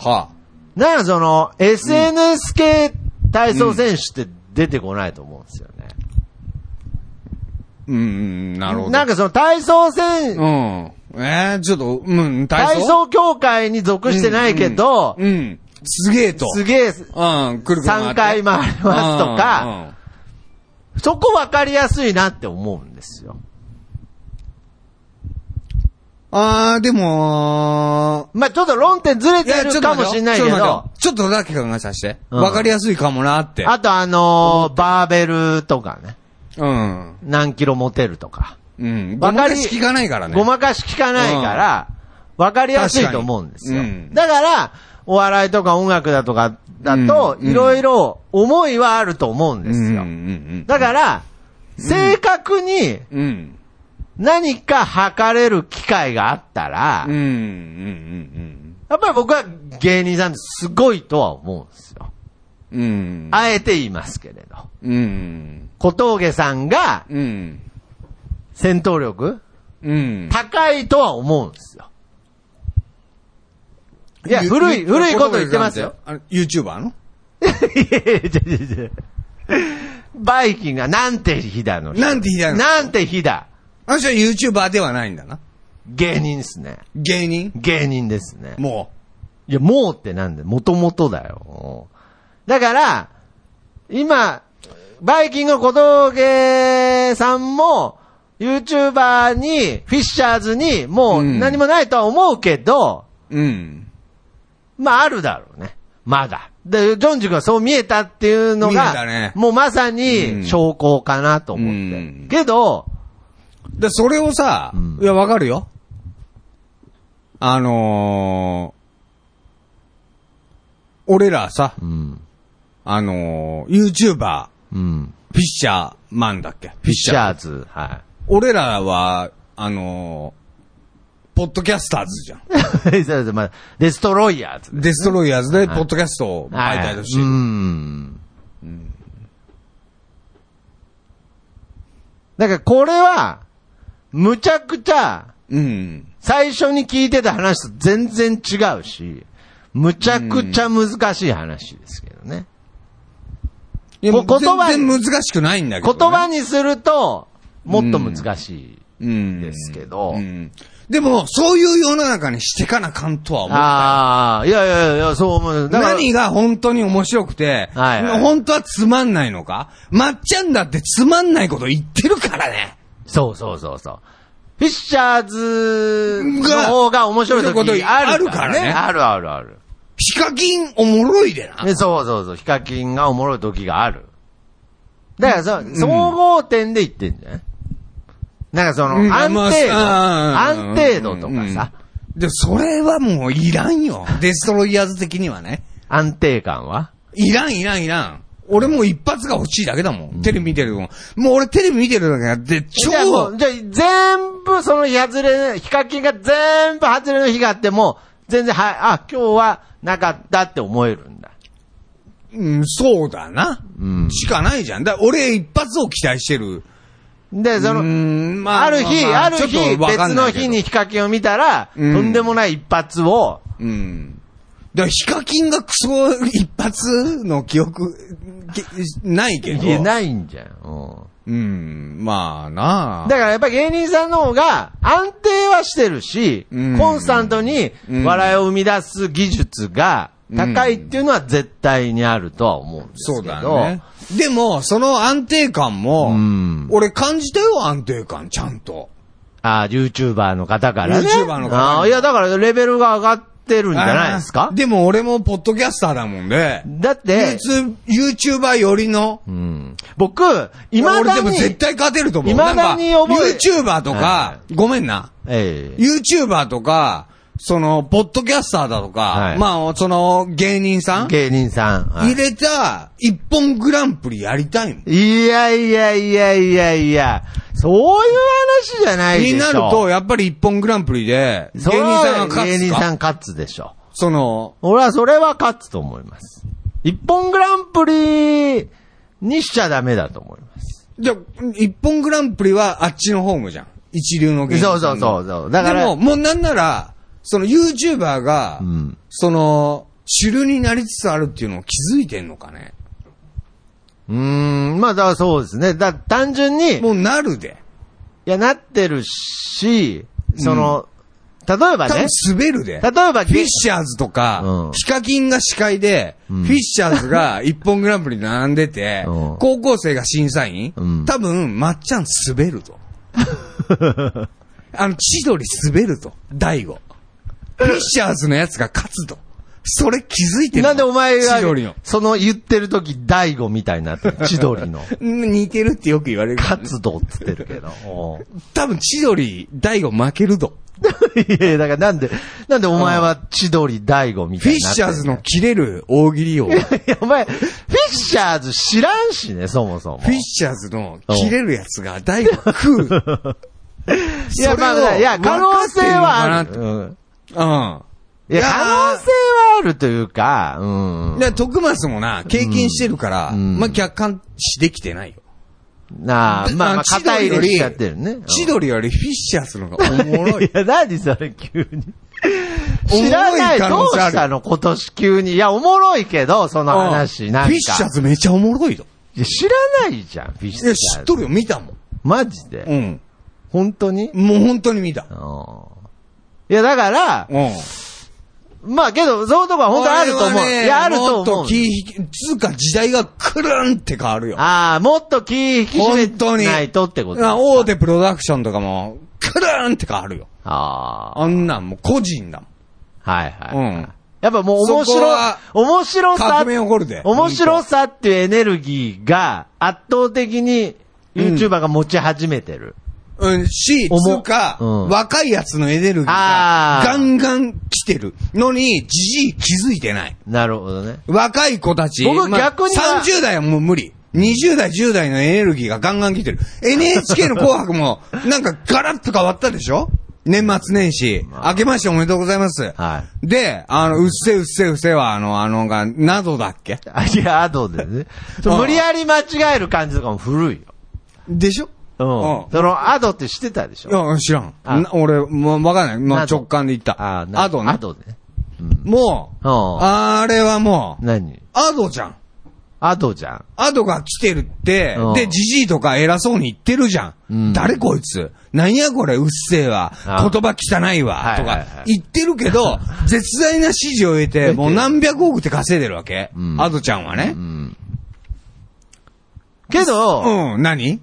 [SPEAKER 5] あ。
[SPEAKER 2] なんかその、SNS 系体操選手って出てこないと思うんですよね。
[SPEAKER 5] うんうん、なるほど。
[SPEAKER 2] なんかその体操選
[SPEAKER 5] うん。えー、ちょっと、うん、体
[SPEAKER 2] 体
[SPEAKER 5] 操。
[SPEAKER 2] 操協会に属してないけど、
[SPEAKER 5] うん。すげえと。
[SPEAKER 2] すげえ、
[SPEAKER 5] うん、くるくる
[SPEAKER 2] 3回回りますとか、そこ分かりやすいなって思うんですよ。
[SPEAKER 5] ああー、でも、
[SPEAKER 2] まあちょっと論点ずれ
[SPEAKER 5] い
[SPEAKER 2] てるかもしれないけ
[SPEAKER 5] ちょっと待っ
[SPEAKER 2] ど
[SPEAKER 5] て、よちょっとだけ考えさせて。
[SPEAKER 2] うん
[SPEAKER 5] わかりやすいかもなって。
[SPEAKER 2] あとあのーバーベルとかね、
[SPEAKER 5] うん。
[SPEAKER 2] 何キロ持てるとか。
[SPEAKER 5] うん。
[SPEAKER 2] わ
[SPEAKER 5] わ
[SPEAKER 2] か
[SPEAKER 5] か
[SPEAKER 2] り
[SPEAKER 5] りし聞かないからね。
[SPEAKER 2] ごまかし聞かないから、わかりやすいと思うんですよ。
[SPEAKER 5] 確かにうん
[SPEAKER 2] だから、お笑いとか音楽だとかだと、
[SPEAKER 5] うん
[SPEAKER 2] いろいろ思いはあると思うんですよ。
[SPEAKER 5] うんうんうん。
[SPEAKER 2] だから、正確に
[SPEAKER 5] うん。
[SPEAKER 2] 何か測れる機会があったら、
[SPEAKER 5] うんうんうんうん
[SPEAKER 2] やっぱり僕は芸人さんってすごいとは思うんですよ。
[SPEAKER 5] うん。うん。
[SPEAKER 2] あえて言いますけれど。
[SPEAKER 5] うん。
[SPEAKER 2] 小峠さんが
[SPEAKER 5] うん。
[SPEAKER 2] 戦闘力
[SPEAKER 5] うん。
[SPEAKER 2] 高いとは思うんですよ。いや、
[SPEAKER 5] ゆ
[SPEAKER 2] 古い、
[SPEAKER 5] ゆ
[SPEAKER 2] 古いこと言ってますよ。。
[SPEAKER 5] あの YouTuber の
[SPEAKER 2] いやいやいやいやいやバイキンがなんて日だの人。
[SPEAKER 5] なんて日だの人
[SPEAKER 2] なんて日だ。
[SPEAKER 5] あの人は YouTuber ではないんだな。
[SPEAKER 2] 芸人ですね。
[SPEAKER 5] 芸人
[SPEAKER 2] 芸人ですね。
[SPEAKER 5] も
[SPEAKER 2] いや、もうってなんで、もともとだよ。だから、今、バイキング小峠さんも、YouTuber に、フィッシャーズに、も
[SPEAKER 5] う
[SPEAKER 2] う
[SPEAKER 5] ん
[SPEAKER 2] 何もないとは思うけど、
[SPEAKER 5] う。うん。
[SPEAKER 2] まああるだろうね。まだ。で、ジョンジュ君はそう見えたっていうの
[SPEAKER 5] 見え
[SPEAKER 2] が、
[SPEAKER 5] たね
[SPEAKER 2] もうまさ
[SPEAKER 5] う
[SPEAKER 2] に
[SPEAKER 5] ん
[SPEAKER 2] 証拠かなと思って。
[SPEAKER 5] うん
[SPEAKER 2] けど、
[SPEAKER 5] で、それをさ、
[SPEAKER 2] うん
[SPEAKER 5] いや、わかるよ。あのー、俺らさ、
[SPEAKER 2] うん。
[SPEAKER 5] あのー、YouTuber、
[SPEAKER 2] うん。
[SPEAKER 5] フィッシャーマンだっけフ
[SPEAKER 2] フィッシ
[SPEAKER 5] ー。
[SPEAKER 2] ャーズ。は
[SPEAKER 5] 俺らは、あのー、ポッドキャスターズじゃん。
[SPEAKER 2] い。 そうですまあデストロイヤーズ。
[SPEAKER 5] デストロイヤーズで、ポッドキャストを媒体とし
[SPEAKER 2] う
[SPEAKER 5] て。
[SPEAKER 2] ん。だからこれは、むちゃくちゃ、
[SPEAKER 5] うん。
[SPEAKER 2] 最初に聞いてた話と全然違うし、むちゃくちゃ難しい話ですけどね。
[SPEAKER 5] いや
[SPEAKER 2] こ言葉
[SPEAKER 5] 全然難しくないんだけど、ね。
[SPEAKER 2] 言葉にすると、もっと難しい
[SPEAKER 5] に
[SPEAKER 2] ですけど。
[SPEAKER 5] うん。でも、そういう世の中にしてかなかんとは思う。
[SPEAKER 2] ああ、いやいやいや、そう思う。だから
[SPEAKER 5] 何が本当に面白くて、
[SPEAKER 2] はいはい
[SPEAKER 5] 本当はつまんないのかまっちゃんだってつまんないこと言ってるからね。
[SPEAKER 2] そうそうそうそう。フィッシャーズの方が面白い時あるからね。あ
[SPEAKER 5] あ
[SPEAKER 2] るあるある。
[SPEAKER 5] ヒカキンおもろいでな。
[SPEAKER 2] でそうそうそう。ヒカキンがおもろい時がある。だからそ、総合点で言ってんじゃないなんかその、
[SPEAKER 5] うん
[SPEAKER 2] 安定度、
[SPEAKER 5] まあうん
[SPEAKER 2] 安定度とかさ、
[SPEAKER 5] で、それはもういらん よ。デストロイヤーズ的にはね。
[SPEAKER 2] 安定感はい
[SPEAKER 5] らんいらんいらん。俺もう一発が欲しいだけだもん。テレビ見てるのも。もう俺テレビ見てるだけやって、超
[SPEAKER 2] じゃあもう、じゃあ全部その外れ、ヒカキンが全部外れの日があっても、全然、はい、あ、今日はなかったって思えるんだ。
[SPEAKER 5] うん、そうだな。
[SPEAKER 2] ん
[SPEAKER 5] しかないじゃん。だから俺一発を期待してる。
[SPEAKER 2] で、その、
[SPEAKER 5] んま
[SPEAKER 2] ある日、
[SPEAKER 5] まま
[SPEAKER 2] ある
[SPEAKER 5] ちょ
[SPEAKER 2] 日、
[SPEAKER 5] っとわか
[SPEAKER 2] 別
[SPEAKER 5] んな
[SPEAKER 2] の
[SPEAKER 5] いけど
[SPEAKER 2] 日に。ヒカキンを見たら、
[SPEAKER 5] うん
[SPEAKER 2] とんでもない一発を、
[SPEAKER 5] うん。だからヒカキンがクソ一発の記憶、けないけど。
[SPEAKER 2] 言えないんじゃん。うん
[SPEAKER 5] うん、まあなあ。
[SPEAKER 2] だからやっぱり芸人さんの方が安定はしてるし、
[SPEAKER 5] うん
[SPEAKER 2] コンスタントに
[SPEAKER 5] うん
[SPEAKER 2] 笑いを生み出す技術が高いっていうのは絶対にあるとは思うんです
[SPEAKER 5] そう
[SPEAKER 2] けど。
[SPEAKER 5] だね。でも、その安定感も、
[SPEAKER 2] うん
[SPEAKER 5] 俺感じたよ、安定感、ちゃんと。
[SPEAKER 2] ああ、YouTuber の方からね。
[SPEAKER 5] YouTuber の方に
[SPEAKER 2] ああ、いやだからレベルが上がっってるんじゃないです
[SPEAKER 5] あ
[SPEAKER 2] か
[SPEAKER 5] ーでも俺もポッドキャスターだもんで、
[SPEAKER 2] だって、
[SPEAKER 5] ユーチューバー寄りの、
[SPEAKER 2] うん、僕、未
[SPEAKER 5] 俺
[SPEAKER 2] だ
[SPEAKER 5] でも
[SPEAKER 2] に、
[SPEAKER 5] 絶対勝てると思う。
[SPEAKER 2] 未だに
[SPEAKER 5] なんか
[SPEAKER 2] 覚え
[SPEAKER 5] YouTuber とか
[SPEAKER 2] は、
[SPEAKER 5] ごめんな。
[SPEAKER 2] ええ
[SPEAKER 5] YouTuber とか、その、ポッドキャスターだと
[SPEAKER 2] は
[SPEAKER 5] か、
[SPEAKER 2] い
[SPEAKER 5] まあ、その、芸人さん
[SPEAKER 2] 芸人さん。は
[SPEAKER 5] 入
[SPEAKER 2] い
[SPEAKER 5] れた、一本グランプリやりたいもん。
[SPEAKER 2] いやいやいやいやいや、そういう話じゃないでしょ。
[SPEAKER 5] になると、、やっぱり一本グランプリで、芸人
[SPEAKER 2] それは
[SPEAKER 5] さんが勝
[SPEAKER 2] 芸
[SPEAKER 5] つ
[SPEAKER 2] 人さ
[SPEAKER 5] か。
[SPEAKER 2] ん勝つでしょ。
[SPEAKER 5] その、
[SPEAKER 2] 俺はそれは勝つと思います。一本グランプリにしちゃダメだと思います。
[SPEAKER 5] じゃ、一本グランプリはあっちのホームじゃん。一流の芸人さんの。
[SPEAKER 2] そうそうそうそうだから
[SPEAKER 5] でも、もうなんなら、その YouTuber が、
[SPEAKER 2] うん
[SPEAKER 5] その、主流になりつつあるっていうのを気づいてんのかね。
[SPEAKER 2] うーん、まあだからそうですね。だ単純に、い
[SPEAKER 5] もうなるで。
[SPEAKER 2] や、なってるし、その、例えば
[SPEAKER 5] 多
[SPEAKER 2] ね
[SPEAKER 5] 分、滑るで。
[SPEAKER 2] 例えば、
[SPEAKER 5] フィッシャーズとか、
[SPEAKER 2] うん
[SPEAKER 5] ヒカキンが司会で、
[SPEAKER 2] ん
[SPEAKER 5] フィッシャーズが一本グランプリに並んでて、
[SPEAKER 2] うん
[SPEAKER 5] 高校生が審査員、
[SPEAKER 2] うん
[SPEAKER 5] 多分、まっちゃん滑る と。あの、千鳥滑ると。大悟。フィッシャーズのやつが勝つと。それ気づいてるの
[SPEAKER 2] なんでお前が
[SPEAKER 5] 千鳥の、。
[SPEAKER 2] その言ってる時、大悟みたいになって る、千鳥の。
[SPEAKER 5] うん似てるってよく言われる。
[SPEAKER 2] 勝つぞっつってるけど。おう
[SPEAKER 5] 多分、千鳥、大悟負けると。
[SPEAKER 2] いや、だからなんで、なんでお前は千鳥大悟み
[SPEAKER 5] フ
[SPEAKER 2] た
[SPEAKER 5] ィッ
[SPEAKER 2] いになっ
[SPEAKER 5] シ
[SPEAKER 2] てん
[SPEAKER 5] ャー
[SPEAKER 2] の
[SPEAKER 5] ズの切れる大喜利を。
[SPEAKER 2] いや、お前、フィッシャーズ知らんしね、そもそも。
[SPEAKER 5] フィッシャーズの切れるやつが大悟食う。
[SPEAKER 2] いや、まあ、いや、可能性はある。うん
[SPEAKER 5] うん。
[SPEAKER 2] いや、
[SPEAKER 5] いやー
[SPEAKER 2] 可能性はあるというか、うん。
[SPEAKER 5] で、徳松もな、経験してるから、
[SPEAKER 2] うん
[SPEAKER 5] まあ、客観視できてないよ。
[SPEAKER 2] なあ、まあまあ、
[SPEAKER 5] 千
[SPEAKER 2] 肩
[SPEAKER 5] 鳥
[SPEAKER 2] 入
[SPEAKER 5] よ
[SPEAKER 2] れ
[SPEAKER 5] り
[SPEAKER 2] しちゃってるね。うん
[SPEAKER 5] 千鳥よりフィッシャーズの方がおもろい
[SPEAKER 2] い。や、何それ、急に。知らな
[SPEAKER 5] おもろ
[SPEAKER 2] い。
[SPEAKER 5] い可
[SPEAKER 2] ど
[SPEAKER 5] 能
[SPEAKER 2] う
[SPEAKER 5] 性ある
[SPEAKER 2] したの今年急に。いや、おもろいけど、その 話、
[SPEAKER 5] うん
[SPEAKER 2] なん
[SPEAKER 5] フ
[SPEAKER 2] か。
[SPEAKER 5] ィッシャーズめちゃおもろいよ。
[SPEAKER 2] いや知らないじゃん、フィッシ
[SPEAKER 5] い
[SPEAKER 2] ャー
[SPEAKER 5] や、
[SPEAKER 2] ズ。
[SPEAKER 5] 知っとるよ、見たもん。
[SPEAKER 2] マジで。
[SPEAKER 5] うん。
[SPEAKER 2] 本当にうん。
[SPEAKER 5] もう本当に見た。
[SPEAKER 2] いや、だから、
[SPEAKER 5] うん。
[SPEAKER 2] まあけど、そういうとこは本当あると思う。
[SPEAKER 5] あれはね
[SPEAKER 2] いや、あると
[SPEAKER 5] もっと
[SPEAKER 2] 思う。
[SPEAKER 5] 気引き、つうか時代がくるんって変わるよ。
[SPEAKER 2] ああ、もっと気引き
[SPEAKER 5] 本
[SPEAKER 2] 締
[SPEAKER 5] 当
[SPEAKER 2] め
[SPEAKER 5] に。
[SPEAKER 2] ないとってことです
[SPEAKER 5] あ大手プロダクションとかも、くるんって変わるよ。
[SPEAKER 2] ああ。
[SPEAKER 5] あんなんもう個人だもん。
[SPEAKER 2] はいはい。
[SPEAKER 5] うん
[SPEAKER 2] やっぱもう面
[SPEAKER 5] そこ
[SPEAKER 2] 白
[SPEAKER 5] は、
[SPEAKER 2] 面白さ
[SPEAKER 5] 革、命起こるで
[SPEAKER 2] 面白さっていうエネルギーが圧倒的に YouTuber が持ち始めてる。
[SPEAKER 5] うん、し、
[SPEAKER 2] 思
[SPEAKER 5] つ
[SPEAKER 2] う
[SPEAKER 5] うか、
[SPEAKER 2] うん
[SPEAKER 5] 若いやつのエネルギーが
[SPEAKER 2] あ、ー
[SPEAKER 5] ガンガン来てるのに、じじい気づいてない。
[SPEAKER 2] なるほどね。
[SPEAKER 5] 若い子たち。
[SPEAKER 2] 僕逆には
[SPEAKER 5] まあ30代はもう無理。20代、10代のエネルギーがガンガン来てる。NHK の紅白も、なんかガラッと変わったでしょ年末年始、
[SPEAKER 2] まあ
[SPEAKER 5] 明けましておめでとうございます。
[SPEAKER 2] は
[SPEAKER 5] で、あの、うっせうっせうっせは、あの、あのが、などだっけ
[SPEAKER 2] あいや、あとでね。
[SPEAKER 5] うん
[SPEAKER 2] そう無理やり間違える感じとかも古いよ。
[SPEAKER 5] でしょ
[SPEAKER 2] うん。その、アドって知ってたでし
[SPEAKER 5] い
[SPEAKER 2] ょ
[SPEAKER 5] や、知らん。
[SPEAKER 2] あ
[SPEAKER 5] な俺、もうわかんない。まあ、
[SPEAKER 2] など
[SPEAKER 5] 直感で言った。
[SPEAKER 2] な
[SPEAKER 5] あとね
[SPEAKER 2] ア。ドね。
[SPEAKER 5] もう、
[SPEAKER 2] うん
[SPEAKER 5] あれはもう、
[SPEAKER 2] 何
[SPEAKER 5] アドじゃん。
[SPEAKER 2] アドじゃん。
[SPEAKER 5] アドが来てるって
[SPEAKER 2] う、ん
[SPEAKER 5] で、ジジイとか偉そうに言ってるじゃん。
[SPEAKER 2] うん
[SPEAKER 5] 誰こいつ何やこれ、うっせえわ。
[SPEAKER 2] あ
[SPEAKER 5] 言葉汚いわ。
[SPEAKER 2] はい
[SPEAKER 5] と
[SPEAKER 2] はいは
[SPEAKER 5] か
[SPEAKER 2] い
[SPEAKER 5] 言ってるけ ど、絶大な支持を得て、もう何百億って稼いでるわけ。
[SPEAKER 2] ん
[SPEAKER 5] アドちゃんはね
[SPEAKER 2] う。ん。けど、
[SPEAKER 5] うん、何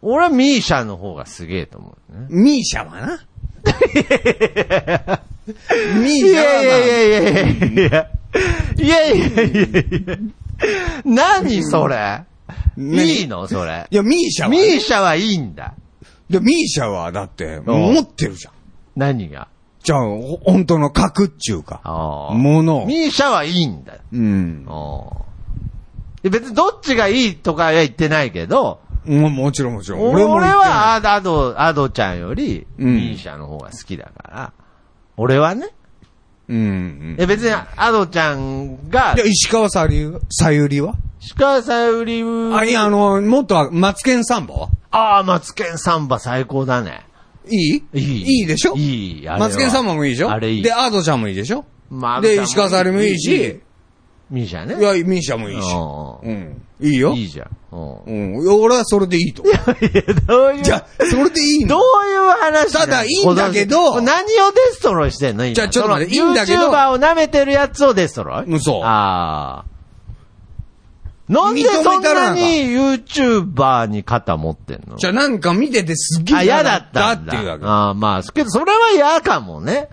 [SPEAKER 2] 俺はミーシャの方がすげえと思うね。
[SPEAKER 5] ミーシャは な。ミー
[SPEAKER 2] い
[SPEAKER 5] シャは
[SPEAKER 2] やいやい
[SPEAKER 5] な。
[SPEAKER 2] やいやいやいやいやいやいやいや何それ
[SPEAKER 5] 何
[SPEAKER 2] いいのそれ
[SPEAKER 5] い。や、ミーシャは
[SPEAKER 2] ミ
[SPEAKER 5] ね。
[SPEAKER 2] ーシャはいいんだ。
[SPEAKER 5] いやミーシャはだって、持ってるじゃん。
[SPEAKER 2] 何が。
[SPEAKER 5] じゃあ、ほ本当の核っちゅうか。
[SPEAKER 2] あー
[SPEAKER 5] もの。
[SPEAKER 2] ミーシャはいいんだ。
[SPEAKER 5] うん。
[SPEAKER 2] あー別にどっちがいいとかは言ってないけど、
[SPEAKER 5] ももちろんもちろん。
[SPEAKER 2] 俺
[SPEAKER 5] も言ってない
[SPEAKER 2] はアドアド、アドちゃんより
[SPEAKER 5] うん
[SPEAKER 2] ミーシャの方が好きだから、俺はね。
[SPEAKER 5] うんうん。
[SPEAKER 2] え別にアドちゃんが
[SPEAKER 5] じゃ、あ石川さゆり、さゆりは
[SPEAKER 2] 鹿さゆりう
[SPEAKER 5] あ、いや、あの、もっとは、マツケンサンバは
[SPEAKER 2] ああ、マツケンサンバ最高だね。
[SPEAKER 5] いい
[SPEAKER 2] いい。
[SPEAKER 5] いいでしょ
[SPEAKER 2] いい。あれは
[SPEAKER 5] マツケンサンバもいいでしょ
[SPEAKER 2] あれいい。
[SPEAKER 5] で、アードちゃんもいいでしょ
[SPEAKER 2] まあ
[SPEAKER 5] で、
[SPEAKER 2] アード
[SPEAKER 5] 石
[SPEAKER 2] ちゃ
[SPEAKER 5] 川
[SPEAKER 2] んもいい
[SPEAKER 5] さゆりもいい
[SPEAKER 2] いい
[SPEAKER 5] し、
[SPEAKER 2] ミーシャ
[SPEAKER 5] い
[SPEAKER 2] ね。
[SPEAKER 5] や、ミーシャもいいし。
[SPEAKER 2] う
[SPEAKER 5] うん。いいよ。
[SPEAKER 2] いいじゃん。うん。
[SPEAKER 5] うん。いや俺はそれでいいと。
[SPEAKER 2] どういう、
[SPEAKER 5] じゃあ、それでいい
[SPEAKER 2] ど
[SPEAKER 5] の
[SPEAKER 2] ういう話なの
[SPEAKER 5] ただいいんだけど
[SPEAKER 2] この何をデストロイしてんの今
[SPEAKER 5] じゃあちょっと待っていいんだけど
[SPEAKER 2] YouTuber を舐めてるやつをデストロイ
[SPEAKER 5] うんそう
[SPEAKER 2] ああ。なんでそんなに YouTuber に肩持ってんの
[SPEAKER 5] じゃあ、なんか見ててすっげえ
[SPEAKER 2] あ、嫌だっ
[SPEAKER 5] だ
[SPEAKER 2] た
[SPEAKER 5] っ
[SPEAKER 2] ん
[SPEAKER 5] て
[SPEAKER 2] だ。
[SPEAKER 5] いうわけ。
[SPEAKER 2] ああ、まあ、けどそれは嫌かもね。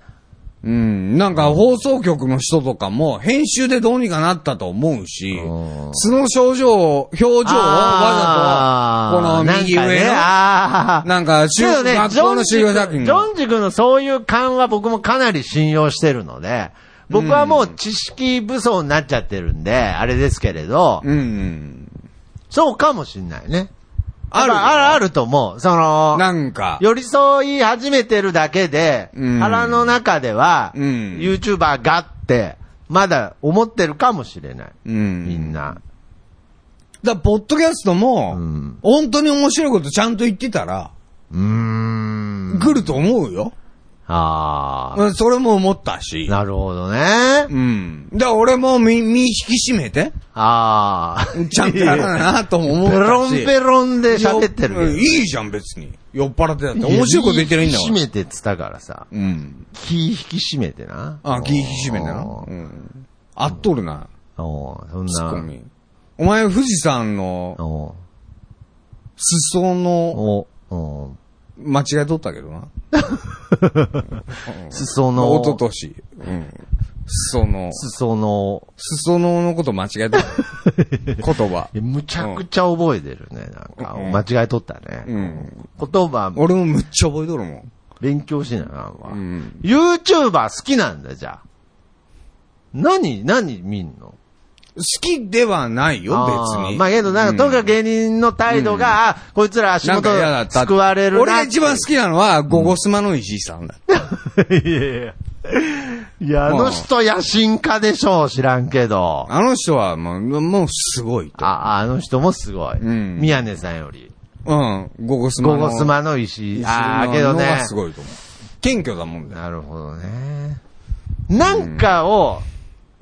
[SPEAKER 5] うん。なんか放送局の人とかも編集でどうにかなったと思うし
[SPEAKER 2] うん、
[SPEAKER 5] 素の症状を、表情をわ
[SPEAKER 2] あー
[SPEAKER 5] ざと、この右
[SPEAKER 2] なんか
[SPEAKER 5] 上
[SPEAKER 2] ね
[SPEAKER 5] の、
[SPEAKER 2] あー
[SPEAKER 5] なんか、
[SPEAKER 2] け
[SPEAKER 5] 中
[SPEAKER 2] どね、
[SPEAKER 5] 学
[SPEAKER 2] ジョ
[SPEAKER 5] 校
[SPEAKER 2] ン
[SPEAKER 5] の
[SPEAKER 2] ジ
[SPEAKER 5] 修行作品
[SPEAKER 2] 君、ジョンジ君のそういう勘は僕もかなり信用してるので、僕はもう知識武装になっちゃってるんで、あれですけれど、
[SPEAKER 5] うんうん。
[SPEAKER 2] そうかもしんないね。
[SPEAKER 5] ある
[SPEAKER 2] やっぱある、あると思う。その、
[SPEAKER 5] なんか、
[SPEAKER 2] 寄り添い始めてるだけで、
[SPEAKER 5] うん
[SPEAKER 2] 腹の中では、
[SPEAKER 5] うん
[SPEAKER 2] YouTuber がって、まだ思ってるかもしれない。
[SPEAKER 5] うん。
[SPEAKER 2] みん。な。
[SPEAKER 5] だからポッドキャストも、
[SPEAKER 2] うん
[SPEAKER 5] 本当に面白いことちゃんと言ってたら、
[SPEAKER 2] うーん。
[SPEAKER 5] 来ると思うよ。
[SPEAKER 2] あ
[SPEAKER 5] うんそれも思ったし
[SPEAKER 2] あ。。なるほどね。
[SPEAKER 5] うん。だから俺も身、身引き締めて、
[SPEAKER 2] ああ。
[SPEAKER 5] ちゃんとやらななとも思っ
[SPEAKER 2] ペロ
[SPEAKER 5] た
[SPEAKER 2] ン
[SPEAKER 5] し。
[SPEAKER 2] ペロンで喋ってるけど
[SPEAKER 5] うんいいじゃん別に。酔っ払ってだって。面白いこと言ってないんだか
[SPEAKER 2] 気引
[SPEAKER 5] ら。
[SPEAKER 2] き締めてっつったからさ。
[SPEAKER 5] うん。
[SPEAKER 2] 気引き締めてな。
[SPEAKER 5] あ、気引き締めだな。うん。あっとるな、
[SPEAKER 2] おーそん
[SPEAKER 5] ツッコ
[SPEAKER 2] な。
[SPEAKER 5] ミ。お前、富士山の
[SPEAKER 2] おー
[SPEAKER 5] 裾の
[SPEAKER 2] おおー
[SPEAKER 5] 間違い取ったけどな。
[SPEAKER 2] 裾
[SPEAKER 5] まあ
[SPEAKER 2] の、
[SPEAKER 5] おととし。うん。裾の、
[SPEAKER 2] 裾の、
[SPEAKER 5] 裾野のこと間違 えた。言葉。
[SPEAKER 2] むちゃくちゃ覚えてるね。なんか、間違い取ったね。
[SPEAKER 5] うん。
[SPEAKER 2] 言葉、
[SPEAKER 5] 俺もむっちゃ覚えとるもん。
[SPEAKER 2] 勉強しなあかんわ。
[SPEAKER 5] ん
[SPEAKER 2] YouTuber 好きなんだ、じゃあ。何、何見んの
[SPEAKER 5] 好きではないよ、別
[SPEAKER 2] あー
[SPEAKER 5] に。
[SPEAKER 2] まあけど、なんか、とにかく芸人の態度が、あこいつら足
[SPEAKER 5] なん
[SPEAKER 2] 元
[SPEAKER 5] か嫌だった。
[SPEAKER 2] 救われるなっ
[SPEAKER 5] 俺
[SPEAKER 2] て。
[SPEAKER 5] が一番好きなのは、ゴゴスマの石井さんだ。
[SPEAKER 2] いやいやいや、あの人野心家でしょう、知らんけど。あ
[SPEAKER 5] あの人は、もう、もうすごいと。
[SPEAKER 2] あ、の人もすごい。
[SPEAKER 5] ん
[SPEAKER 2] 宮根さんより。
[SPEAKER 5] うん。ゴゴスマ
[SPEAKER 2] ゴ
[SPEAKER 5] の。
[SPEAKER 2] ゴスマの石。
[SPEAKER 5] 石井
[SPEAKER 2] ああ、
[SPEAKER 5] の
[SPEAKER 2] けど
[SPEAKER 5] の
[SPEAKER 2] ね
[SPEAKER 5] が。すごいと思う。謙虚だもんね。
[SPEAKER 2] なるほどね。なんかを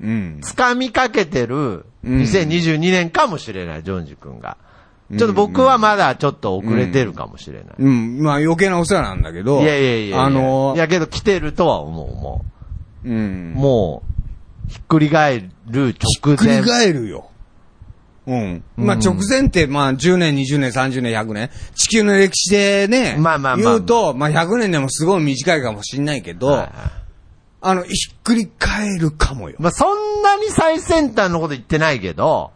[SPEAKER 5] うん。
[SPEAKER 2] 掴みかけてる
[SPEAKER 5] うん
[SPEAKER 2] 2022年かもしれない、ジョンジ君が。ちょっと僕はまだちょっと遅れてるかもしれない。
[SPEAKER 5] うん。まあ余計なお世話なんだけど。
[SPEAKER 2] いやいやいやいや。
[SPEAKER 5] あの
[SPEAKER 2] いやけど来てるとは思う、も
[SPEAKER 5] うん
[SPEAKER 2] う。。もう、ひっくり返る直
[SPEAKER 5] 繰
[SPEAKER 2] 前。
[SPEAKER 5] り返るよ。うん。まあ、直前って、まあ、10年、20年、30年、100年。地球の歴史でね、
[SPEAKER 2] まあまあまあ
[SPEAKER 5] 言うと、まあ、100年でもすごい短いかもしんないけど、
[SPEAKER 2] はい
[SPEAKER 5] あの、ひっくり返るかもよ。
[SPEAKER 2] まあ、そんなに最先端のこと言ってないけど、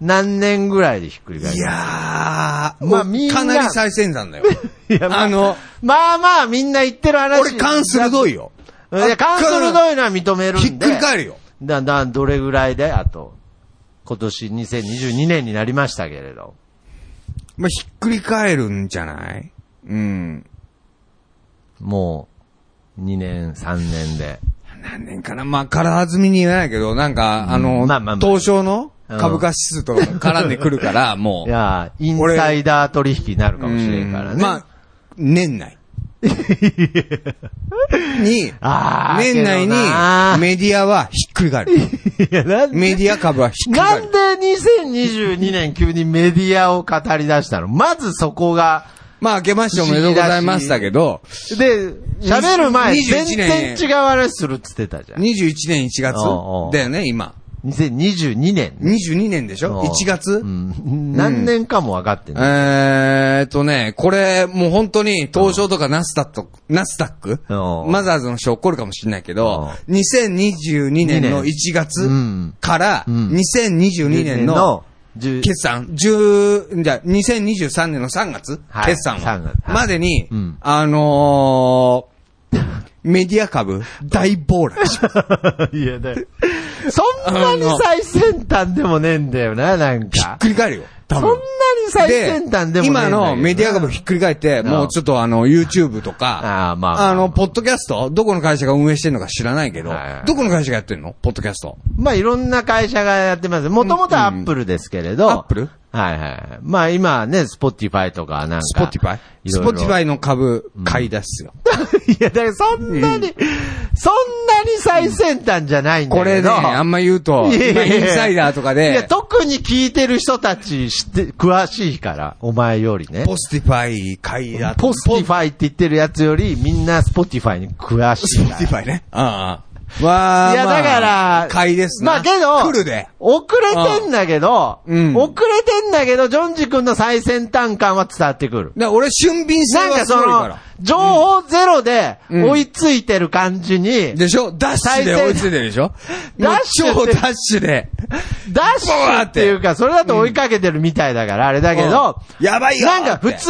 [SPEAKER 2] 何年ぐらいでひっくり返る
[SPEAKER 5] いやー、
[SPEAKER 2] ま
[SPEAKER 5] ま
[SPEAKER 2] あ
[SPEAKER 5] あ、
[SPEAKER 2] みんな。
[SPEAKER 5] かなり最先端だよ
[SPEAKER 2] いやまあ
[SPEAKER 5] あの、
[SPEAKER 2] まあまあ、みんな言ってる話。
[SPEAKER 5] 俺、勘鋭いよ。
[SPEAKER 2] いや、勘鋭いのは認めるんで。
[SPEAKER 5] ひっくり返るよ。
[SPEAKER 2] だんだんどれぐらいで、あと、今年2022年になりましたけれど。
[SPEAKER 5] まあ、ひっくり返るんじゃないうん。
[SPEAKER 2] もう、2年、3年で。
[SPEAKER 5] 何年かなまあ、からずみに言えないけど、なんか、あの、
[SPEAKER 2] まあまあまあ
[SPEAKER 5] 東証の株価指数とか絡んでくる から、も。
[SPEAKER 2] いうやー、インサイダー取引になるかもしれんからね。
[SPEAKER 5] まあ、年 内。に、
[SPEAKER 2] あー
[SPEAKER 5] 年内
[SPEAKER 2] けどなー
[SPEAKER 5] にメディアはひっくり 返る。
[SPEAKER 2] いや、なんで、
[SPEAKER 5] メディア株はひっくり
[SPEAKER 2] な
[SPEAKER 5] 返
[SPEAKER 2] ん
[SPEAKER 5] る。
[SPEAKER 2] で2022年急にメディアを語り出したのまずそこが、
[SPEAKER 5] まあ、明けましておめでとうございましたけど、
[SPEAKER 2] で、喋る前、
[SPEAKER 5] 21
[SPEAKER 2] 全然違う話するっつってたじゃん。
[SPEAKER 5] 21年1月
[SPEAKER 2] おうおう
[SPEAKER 5] だよね、今。
[SPEAKER 2] 2022年。
[SPEAKER 5] 22年でしょ ?1 月
[SPEAKER 2] うん。何年かも分かってない。
[SPEAKER 5] えーっとね、これ、もう本当に、東証とかナスダック、ナスダック
[SPEAKER 2] うん
[SPEAKER 5] マザーズの人起こるかもしれないけど、2022年の1
[SPEAKER 2] う
[SPEAKER 5] 月
[SPEAKER 2] ん
[SPEAKER 5] から、
[SPEAKER 2] ん
[SPEAKER 5] 2022年の
[SPEAKER 2] 10、
[SPEAKER 5] 決算、10、じゃあ、2023年の3月、
[SPEAKER 2] はい
[SPEAKER 5] 決算は
[SPEAKER 2] 3月はい
[SPEAKER 5] までに、
[SPEAKER 2] うん
[SPEAKER 5] あの ー、メディア株、大暴落します
[SPEAKER 2] いやだよそんなに最先端でもねえんだよな、なん
[SPEAKER 5] ひっ
[SPEAKER 2] か。
[SPEAKER 5] くり返るよ。
[SPEAKER 2] そ
[SPEAKER 5] 多
[SPEAKER 2] んな
[SPEAKER 5] 分
[SPEAKER 2] に最先端でもねえんだ
[SPEAKER 5] 今
[SPEAKER 2] けどな
[SPEAKER 5] のメディア株ひっくり返って、もうちょっとあの、YouTube とか、
[SPEAKER 2] あーまあまあ
[SPEAKER 5] あの、ポッドキャストどこの会社が運営してるのか知らないけど
[SPEAKER 2] はい、
[SPEAKER 5] どこの会社がやってるのポッドキャスト。
[SPEAKER 2] まあいろんな会社がやってます。もともとアップルですけれど。
[SPEAKER 5] うんアップル
[SPEAKER 2] はいはい。まあ今ね、スポティファイとかなんか。
[SPEAKER 5] スポティファイ
[SPEAKER 2] い
[SPEAKER 5] ス
[SPEAKER 2] ろいろ
[SPEAKER 5] ポティファイの株、買い出すよ。
[SPEAKER 2] いや、だからそんなに、そんなに最先端じゃないんだけど。
[SPEAKER 5] これね、あんま言うと、
[SPEAKER 2] いやい
[SPEAKER 5] 今
[SPEAKER 2] やい
[SPEAKER 5] イ
[SPEAKER 2] や
[SPEAKER 5] ンサイダーとか
[SPEAKER 2] いや、
[SPEAKER 5] で、
[SPEAKER 2] 特に聞いてる人たち知って、詳しいから、お前よりね。
[SPEAKER 5] ポスティファイ買いだ
[SPEAKER 2] ポスティファイって言ってるやつより、みんなスポティファイに詳し
[SPEAKER 5] ス
[SPEAKER 2] い
[SPEAKER 5] ポ
[SPEAKER 2] か
[SPEAKER 5] ティファイね。ああ。まあ、
[SPEAKER 2] いや、
[SPEAKER 5] まあ
[SPEAKER 2] だから、
[SPEAKER 5] 買いですな
[SPEAKER 2] まあけど、
[SPEAKER 5] 来るで。
[SPEAKER 2] 遅れてんだけど、
[SPEAKER 5] うん
[SPEAKER 2] 遅れてんだけど、ジョンジ君の最先端感は伝わってくる。
[SPEAKER 5] だから俺、俊敏性
[SPEAKER 2] なん
[SPEAKER 5] は
[SPEAKER 2] か
[SPEAKER 5] すご
[SPEAKER 2] そ
[SPEAKER 5] いから。
[SPEAKER 2] の、情報ゼロで
[SPEAKER 5] うん
[SPEAKER 2] 追いついてる感じに、
[SPEAKER 5] でしょダッシュで追いついてるでしょ
[SPEAKER 2] ダッシュ
[SPEAKER 5] もう
[SPEAKER 2] って
[SPEAKER 5] 超ダッシュで。
[SPEAKER 2] ダッシュっていうか、それだと追いかけてるみたいだから、あれだけど、
[SPEAKER 5] うんやばいよ
[SPEAKER 2] なんか普通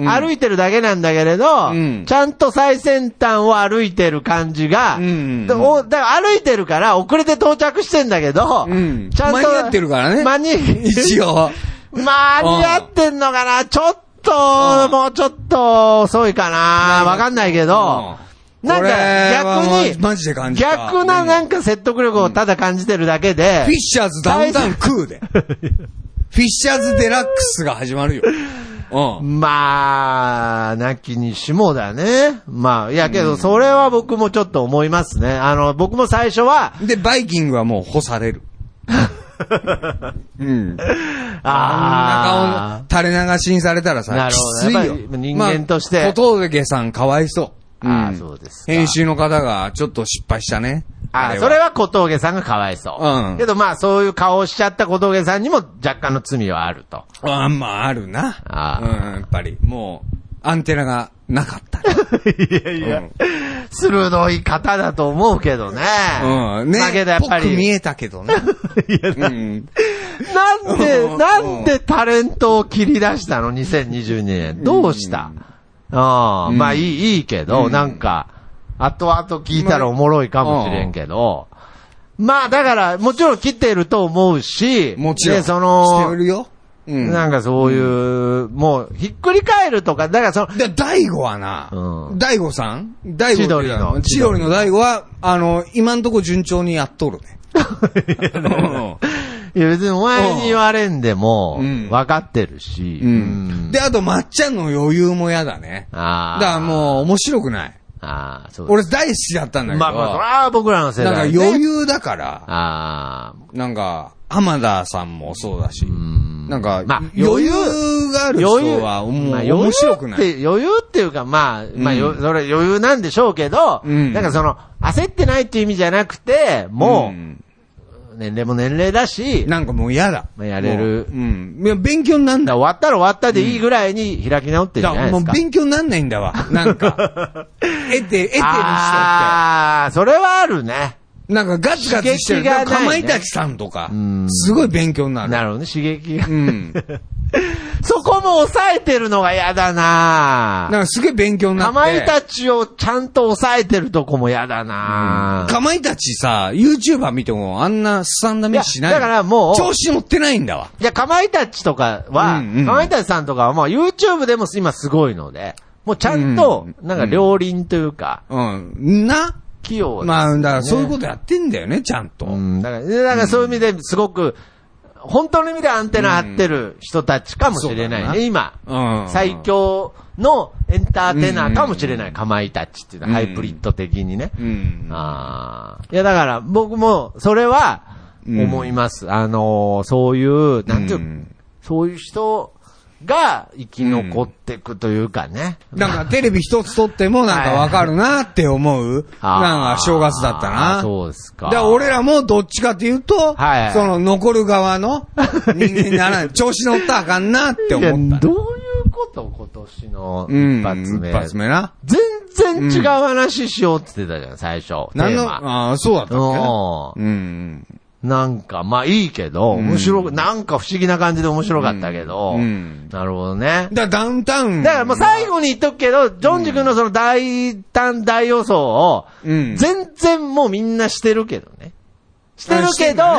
[SPEAKER 2] に歩いてるだけなんだけれど、
[SPEAKER 5] うん
[SPEAKER 2] ちゃんと最先端を歩いてる感じが、
[SPEAKER 5] うん
[SPEAKER 2] でおだから歩いてるから遅れて到着してんだけど、
[SPEAKER 5] うん
[SPEAKER 2] ちゃんと。
[SPEAKER 5] 間に合ってるからね
[SPEAKER 2] 間に、
[SPEAKER 5] 一応。
[SPEAKER 2] 間に合ってんのかなちょっと、
[SPEAKER 5] うん
[SPEAKER 2] もうちょっと遅いかなわかんないけど、
[SPEAKER 5] うん
[SPEAKER 2] なんか
[SPEAKER 5] これはもう
[SPEAKER 2] 逆に、
[SPEAKER 5] マジで感じた
[SPEAKER 2] 逆ななんか説得力をただ感じてるだけで、
[SPEAKER 5] フィッシャーズダウンタウンクーで。フィッシャーズデラックスが始まるよ。うん。
[SPEAKER 2] まあ、なきにしもだね。まあ、いやけど、それは僕もちょっと思いますね。あの、僕も最初は、
[SPEAKER 5] で、バイキングはもう干される。うん。あん
[SPEAKER 2] あ
[SPEAKER 5] な顔、垂れ流しにされたら
[SPEAKER 2] な
[SPEAKER 5] さ、
[SPEAKER 2] る
[SPEAKER 5] き
[SPEAKER 2] ほど
[SPEAKER 5] つい
[SPEAKER 2] や
[SPEAKER 5] よ
[SPEAKER 2] っぱり。人間として
[SPEAKER 5] まあ小峠さんかわいそう。
[SPEAKER 2] あーそうですか
[SPEAKER 5] 編集の方がちょっと失敗したね。
[SPEAKER 2] あ、それは小峠さんがかわいそう。
[SPEAKER 5] うん
[SPEAKER 2] けどまあ、そういう顔をしちゃった小峠さんにも若干の罪はある と。
[SPEAKER 5] あんまあ、あるな。
[SPEAKER 2] あ
[SPEAKER 5] うん、やっぱり、もう、アンテナがなか った。
[SPEAKER 2] いやいや、鋭い方だと思うけどね。
[SPEAKER 5] うん、ね。
[SPEAKER 2] だけどやっぱ
[SPEAKER 5] ぽく見
[SPEAKER 2] り、
[SPEAKER 5] えたけ どね。うん。
[SPEAKER 2] なんで、
[SPEAKER 5] うん
[SPEAKER 2] なんでタレントを切り出したの ?2022 年。どうした、ああ、まあいい、いいけど、
[SPEAKER 5] うん
[SPEAKER 2] なんか、後々聞いたらおもろいかもしれんけど、まあだから、もちろん切っていると思うし、
[SPEAKER 5] もちろん。
[SPEAKER 2] で、そ
[SPEAKER 5] して
[SPEAKER 2] の、
[SPEAKER 5] るよ。うん。
[SPEAKER 2] なんかそういう、もう、ひっくり返るとか、だからその、
[SPEAKER 5] で、大悟はな
[SPEAKER 2] う、ん
[SPEAKER 5] 大悟さん大悟っていう
[SPEAKER 2] 千鳥の
[SPEAKER 5] 千鳥の大悟は、あの、今んとこ順調にやっとる ね。うん
[SPEAKER 2] いや別にお前に言われんでも
[SPEAKER 5] う、ん
[SPEAKER 2] 分かってるし、
[SPEAKER 5] うん。
[SPEAKER 2] で、
[SPEAKER 5] で、あと、まっちゃんの余裕も嫌だね。
[SPEAKER 2] あ
[SPEAKER 5] だから
[SPEAKER 2] あ。
[SPEAKER 5] もう、面白くない。
[SPEAKER 2] ああ、そうです
[SPEAKER 5] 俺大好きだったんだけど。
[SPEAKER 2] まあまあ、それは僕らの世
[SPEAKER 5] なんか
[SPEAKER 2] 代、ね。
[SPEAKER 5] 余裕だから、
[SPEAKER 2] ああ、
[SPEAKER 5] なんか、浜田さんもそうだし、
[SPEAKER 2] ん
[SPEAKER 5] なんか、
[SPEAKER 2] まあ
[SPEAKER 5] 余裕がある人は、もう、
[SPEAKER 2] まあ
[SPEAKER 5] 面白くな
[SPEAKER 2] 余
[SPEAKER 5] い。
[SPEAKER 2] 裕って、余裕っていうか、まあ、まあ、よ
[SPEAKER 5] うん
[SPEAKER 2] それ余裕なんでしょうけど、
[SPEAKER 5] うん
[SPEAKER 2] なんかその、焦ってないっていう意味じゃなくて、も
[SPEAKER 5] ん
[SPEAKER 2] う、年齢も年齢だし、だか
[SPEAKER 5] なんかもう嫌だ。
[SPEAKER 2] まあやれる
[SPEAKER 5] もううん。いや、勉強になんだ
[SPEAKER 2] ら
[SPEAKER 5] わ。
[SPEAKER 2] 終わったら終わったでいいぐらいに開き直ってるじ
[SPEAKER 5] だ
[SPEAKER 2] ゃ
[SPEAKER 5] か
[SPEAKER 2] な
[SPEAKER 5] ら
[SPEAKER 2] い
[SPEAKER 5] も
[SPEAKER 2] で
[SPEAKER 5] う
[SPEAKER 2] すか。
[SPEAKER 5] 勉強になんないんだわ。なん か、得て、得てる人って。
[SPEAKER 2] ああ、それはあるね。
[SPEAKER 5] なんかガツガツしてる。
[SPEAKER 2] 刺激
[SPEAKER 5] ない
[SPEAKER 2] がな
[SPEAKER 5] ん
[SPEAKER 2] ね
[SPEAKER 5] かかまいたちさんとか
[SPEAKER 2] ん、
[SPEAKER 5] すごい勉強になる。
[SPEAKER 2] なるほどね、刺激が。
[SPEAKER 5] うん。
[SPEAKER 2] そこも抑えてるのが嫌だな
[SPEAKER 5] なんかすげえ勉強になっ
[SPEAKER 2] か
[SPEAKER 5] て。
[SPEAKER 2] まいたちをちゃんと抑えてるとこも嫌だな
[SPEAKER 5] かまいたちさ、YouTuber 見てもあんなスタンダミしない。
[SPEAKER 2] いやだからもう
[SPEAKER 5] 調子乗ってないんだわ。
[SPEAKER 2] いや、かまいたちとかは、
[SPEAKER 5] うんうん
[SPEAKER 2] かまいたちさんとかはもう YouTube でも今すごいので、もうちゃんと
[SPEAKER 5] うん、うん
[SPEAKER 2] なんか両輪というか、
[SPEAKER 5] うん。な
[SPEAKER 2] 器用ですよね
[SPEAKER 5] まあ、だからそういうことやってんだよね、ちゃんと。
[SPEAKER 2] うん、だから、でだからそういう意味ですごく、本当の意味でアンテナ張ってる人たちかもしれな
[SPEAKER 5] う
[SPEAKER 2] い
[SPEAKER 5] んそうだ
[SPEAKER 2] ね、
[SPEAKER 5] な
[SPEAKER 2] 今。
[SPEAKER 5] うん
[SPEAKER 2] 最強のエンターテイナーかもしれない、かまいたちっていうのは、ハイブリッド的にね。
[SPEAKER 5] うん。
[SPEAKER 2] ああ。いや、だから、僕も、それは、思います。あのーそういう、なんていう、
[SPEAKER 5] うん
[SPEAKER 2] そういう人が生き残っていくというかね。
[SPEAKER 5] なんかテレビ一つ撮ってもなんかわかるなって思う、
[SPEAKER 2] あー
[SPEAKER 5] なんか正月だったな。
[SPEAKER 2] そうですか。
[SPEAKER 5] だから俺らもどっちかっていうと、
[SPEAKER 2] はいはい
[SPEAKER 5] その残る側 の人間にならない。調子乗ったらあかんなって
[SPEAKER 2] いや、
[SPEAKER 5] 思った。
[SPEAKER 2] どういうこと今年の
[SPEAKER 5] うん。
[SPEAKER 2] 一発目。
[SPEAKER 5] 一発目な。
[SPEAKER 2] 全然違う話しようって言ってたじゃん、最初。
[SPEAKER 5] 何
[SPEAKER 2] テー
[SPEAKER 5] の、
[SPEAKER 2] マ
[SPEAKER 5] ああー、そうだったっ
[SPEAKER 2] う
[SPEAKER 5] けうん。
[SPEAKER 2] んなんか、まあいいけど、面白く、なんか不思議な感じで面白かったけど、
[SPEAKER 5] うんうん
[SPEAKER 2] なるほどね。
[SPEAKER 5] だからダウンタウン。
[SPEAKER 2] だからもう最後に言っとくけど、ジョンジ君のその大胆大予想を、
[SPEAKER 5] うん
[SPEAKER 2] 全然もうみんなしてるけどね。してるけど、
[SPEAKER 5] あ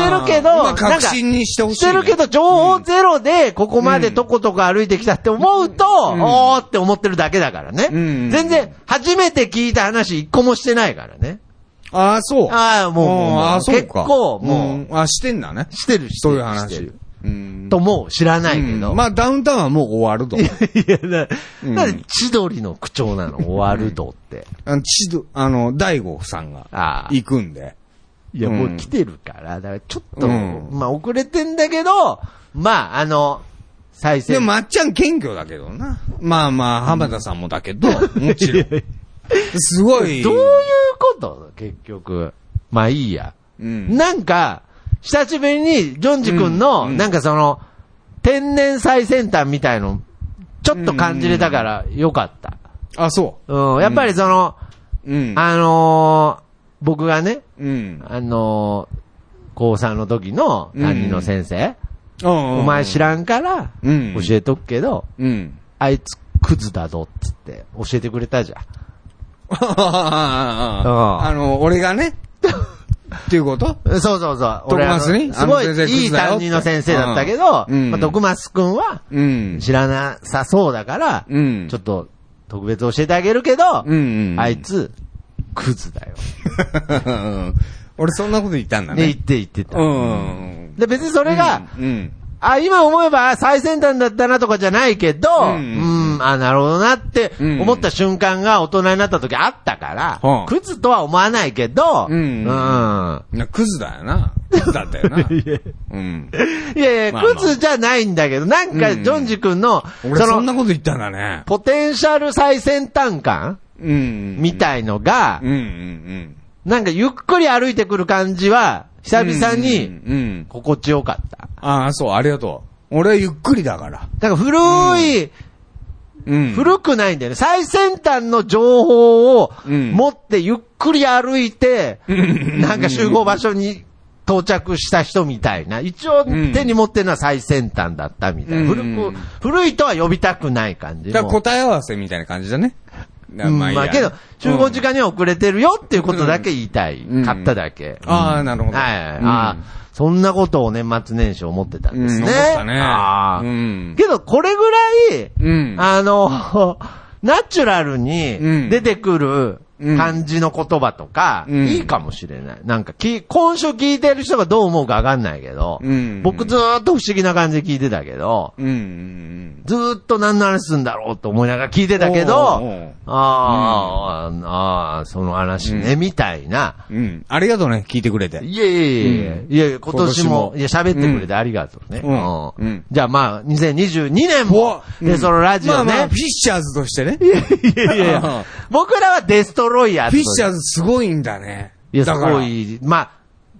[SPEAKER 2] してる
[SPEAKER 5] して
[SPEAKER 2] け
[SPEAKER 5] んだねあー
[SPEAKER 2] ど、
[SPEAKER 5] まあ確信にしてほしいね
[SPEAKER 2] なんかしてるけど、情報ゼロで、ここまでとことこ歩いてきたって思うと、おーって思ってるだけだからね。
[SPEAKER 5] うん
[SPEAKER 2] 全然、初めて聞いた話一個もしてないからね。
[SPEAKER 5] ああ、そう。
[SPEAKER 2] ああもうもうもう
[SPEAKER 5] ああ、そうか。
[SPEAKER 2] 結構もう
[SPEAKER 5] うんあ、してんだね。
[SPEAKER 2] してるし。
[SPEAKER 5] そういう
[SPEAKER 2] し
[SPEAKER 5] 話
[SPEAKER 2] てる。
[SPEAKER 5] うん
[SPEAKER 2] ともう知らないけ
[SPEAKER 5] う
[SPEAKER 2] ど。
[SPEAKER 5] んまあ、ダウンタウンはもう終わると。
[SPEAKER 2] いや、な、なんで千鳥の口調なの終わると って。
[SPEAKER 5] あの、ちど、あの、大悟さん
[SPEAKER 2] あ
[SPEAKER 5] が
[SPEAKER 2] あ、
[SPEAKER 5] 行くんで。
[SPEAKER 2] いや、
[SPEAKER 5] うん
[SPEAKER 2] もう来てるから、だからちょっと、
[SPEAKER 5] うん
[SPEAKER 2] まあ遅れてんだけど、まあ、あの、再生。
[SPEAKER 5] でも、まっちゃん謙虚だけどな。まあまあ、浜田さんもだけど、もちろん。すごい。
[SPEAKER 2] どういうこと結局。まあいいや。
[SPEAKER 5] うん。
[SPEAKER 2] なんか、久しぶりに、ジョンジ君の、
[SPEAKER 5] うん
[SPEAKER 2] なんかその、天然最先端みたいの、ちょっと感じれたから、よかった。
[SPEAKER 5] あ、そ
[SPEAKER 2] うん、やっぱりその、
[SPEAKER 5] う。うん。
[SPEAKER 2] あのー僕がね、
[SPEAKER 5] うん。
[SPEAKER 2] あのー高3の時の担任の先生、
[SPEAKER 5] お
[SPEAKER 2] お前知
[SPEAKER 5] ら
[SPEAKER 2] らんから、
[SPEAKER 5] うん
[SPEAKER 2] 教えとくけど、
[SPEAKER 5] うん。
[SPEAKER 2] あいつクズだぞ、つって、教えてくれたじゃん。
[SPEAKER 5] あの、俺が ね。っていうこと
[SPEAKER 2] そうそうそう。
[SPEAKER 5] 徳松
[SPEAKER 2] 俺
[SPEAKER 5] に
[SPEAKER 2] はすご
[SPEAKER 5] あの先生クズだよ
[SPEAKER 2] いいい担任の先生だったけど、
[SPEAKER 5] うん
[SPEAKER 2] まあ、徳松くんは
[SPEAKER 5] うん。
[SPEAKER 2] 知らなさそうだから、
[SPEAKER 5] うん
[SPEAKER 2] ちょっと特別教えてあげるけど、
[SPEAKER 5] うんうん
[SPEAKER 2] あいつ、クズだよ。
[SPEAKER 5] 俺そんなこと言ったんだ
[SPEAKER 2] ね、言
[SPEAKER 5] ね
[SPEAKER 2] っ。て言ってた。
[SPEAKER 5] うん。
[SPEAKER 2] で、別にそれが、
[SPEAKER 5] うん。
[SPEAKER 2] あ、今思えば最先端だったなとかじゃないけど、う
[SPEAKER 5] うん
[SPEAKER 2] ん、あ、なるほどなって
[SPEAKER 5] うん
[SPEAKER 2] 思った瞬間が大人になった時あったから、
[SPEAKER 5] はあ
[SPEAKER 2] クズとは思わないけど、
[SPEAKER 5] うん
[SPEAKER 2] うん
[SPEAKER 5] な、クズだよな。クズだったよ な。うん。
[SPEAKER 2] いやいや、
[SPEAKER 5] まあまあ
[SPEAKER 2] クズじゃないんだけど、なんか、
[SPEAKER 5] う
[SPEAKER 2] ジ
[SPEAKER 5] ん
[SPEAKER 2] ョンジ君の、
[SPEAKER 5] 俺
[SPEAKER 2] そ
[SPEAKER 5] そん
[SPEAKER 2] の、
[SPEAKER 5] なこと言ったんだね。
[SPEAKER 2] ポテンシャル最先端感
[SPEAKER 5] うん。
[SPEAKER 2] みたいのが
[SPEAKER 5] う、んうん
[SPEAKER 2] なんかゆっくり歩いてくる感じは、久
[SPEAKER 5] うん。
[SPEAKER 2] 々
[SPEAKER 5] うん
[SPEAKER 2] に、
[SPEAKER 5] うん。
[SPEAKER 2] 心地よかった。
[SPEAKER 5] ああ、そう、ありがとう。俺はゆっくりだから。
[SPEAKER 2] だから古い、
[SPEAKER 5] うん。
[SPEAKER 2] 古くないんだよね。最先端の情報を
[SPEAKER 5] うん
[SPEAKER 2] 持ってゆっくり歩いて、なんか集合場所に到着した人みたいな。一応
[SPEAKER 5] うん
[SPEAKER 2] 手に持ってるのは最先端だったみたいな。
[SPEAKER 5] うん
[SPEAKER 2] 古く、古いとは呼びたくない感じ
[SPEAKER 5] だから
[SPEAKER 2] もう
[SPEAKER 5] 答え合わせみたいな感じだね。な
[SPEAKER 2] うん
[SPEAKER 5] まあいいや
[SPEAKER 2] まあけど、集合時間には遅れてるよっていうことだけ言いたい。
[SPEAKER 5] うん
[SPEAKER 2] 買っただけ。
[SPEAKER 5] ああ、なるほど。
[SPEAKER 2] はい。
[SPEAKER 5] うん
[SPEAKER 2] ああ、そんなことを年末年始思ってたんですね。
[SPEAKER 5] うん思ったね
[SPEAKER 2] ああ
[SPEAKER 5] うん
[SPEAKER 2] けど、これぐらい、
[SPEAKER 5] うん
[SPEAKER 2] あの、 ナチュラルに出てく
[SPEAKER 5] う
[SPEAKER 2] る
[SPEAKER 5] ん
[SPEAKER 2] 感じの言葉とか、
[SPEAKER 5] うん
[SPEAKER 2] いいかもしれない。なんかき、今週聞いてる人がどう思うかわかんないけど、
[SPEAKER 5] うん
[SPEAKER 2] 僕ずーっと不思議な感じで聞いてたけど、
[SPEAKER 5] うんうん
[SPEAKER 2] ずーっと何の話すんだろうと思いながら聞いてたけど、
[SPEAKER 5] おうおう
[SPEAKER 2] ああ、ああ、その話ね、みたいな。
[SPEAKER 5] うん。うん。ありがとうね、聞いてくれて。
[SPEAKER 2] いやいやいやいや、いやいや今年も
[SPEAKER 5] 今年も、
[SPEAKER 2] いや、喋ってくれてありがとうね。
[SPEAKER 5] うん
[SPEAKER 2] うん
[SPEAKER 5] うん
[SPEAKER 2] じゃあまあ、2022年も
[SPEAKER 5] お、う
[SPEAKER 2] で、
[SPEAKER 5] ん
[SPEAKER 2] そのラジ
[SPEAKER 5] ま
[SPEAKER 2] オ
[SPEAKER 5] あまあ、
[SPEAKER 2] ね
[SPEAKER 5] フィッ。シャーズとしてね。
[SPEAKER 2] いやい やいや僕らはデストロイヤー
[SPEAKER 5] フィッシャー
[SPEAKER 2] ズ。
[SPEAKER 5] ズすごいんだね。
[SPEAKER 2] いや、す
[SPEAKER 5] だから
[SPEAKER 2] ご。い、まあ、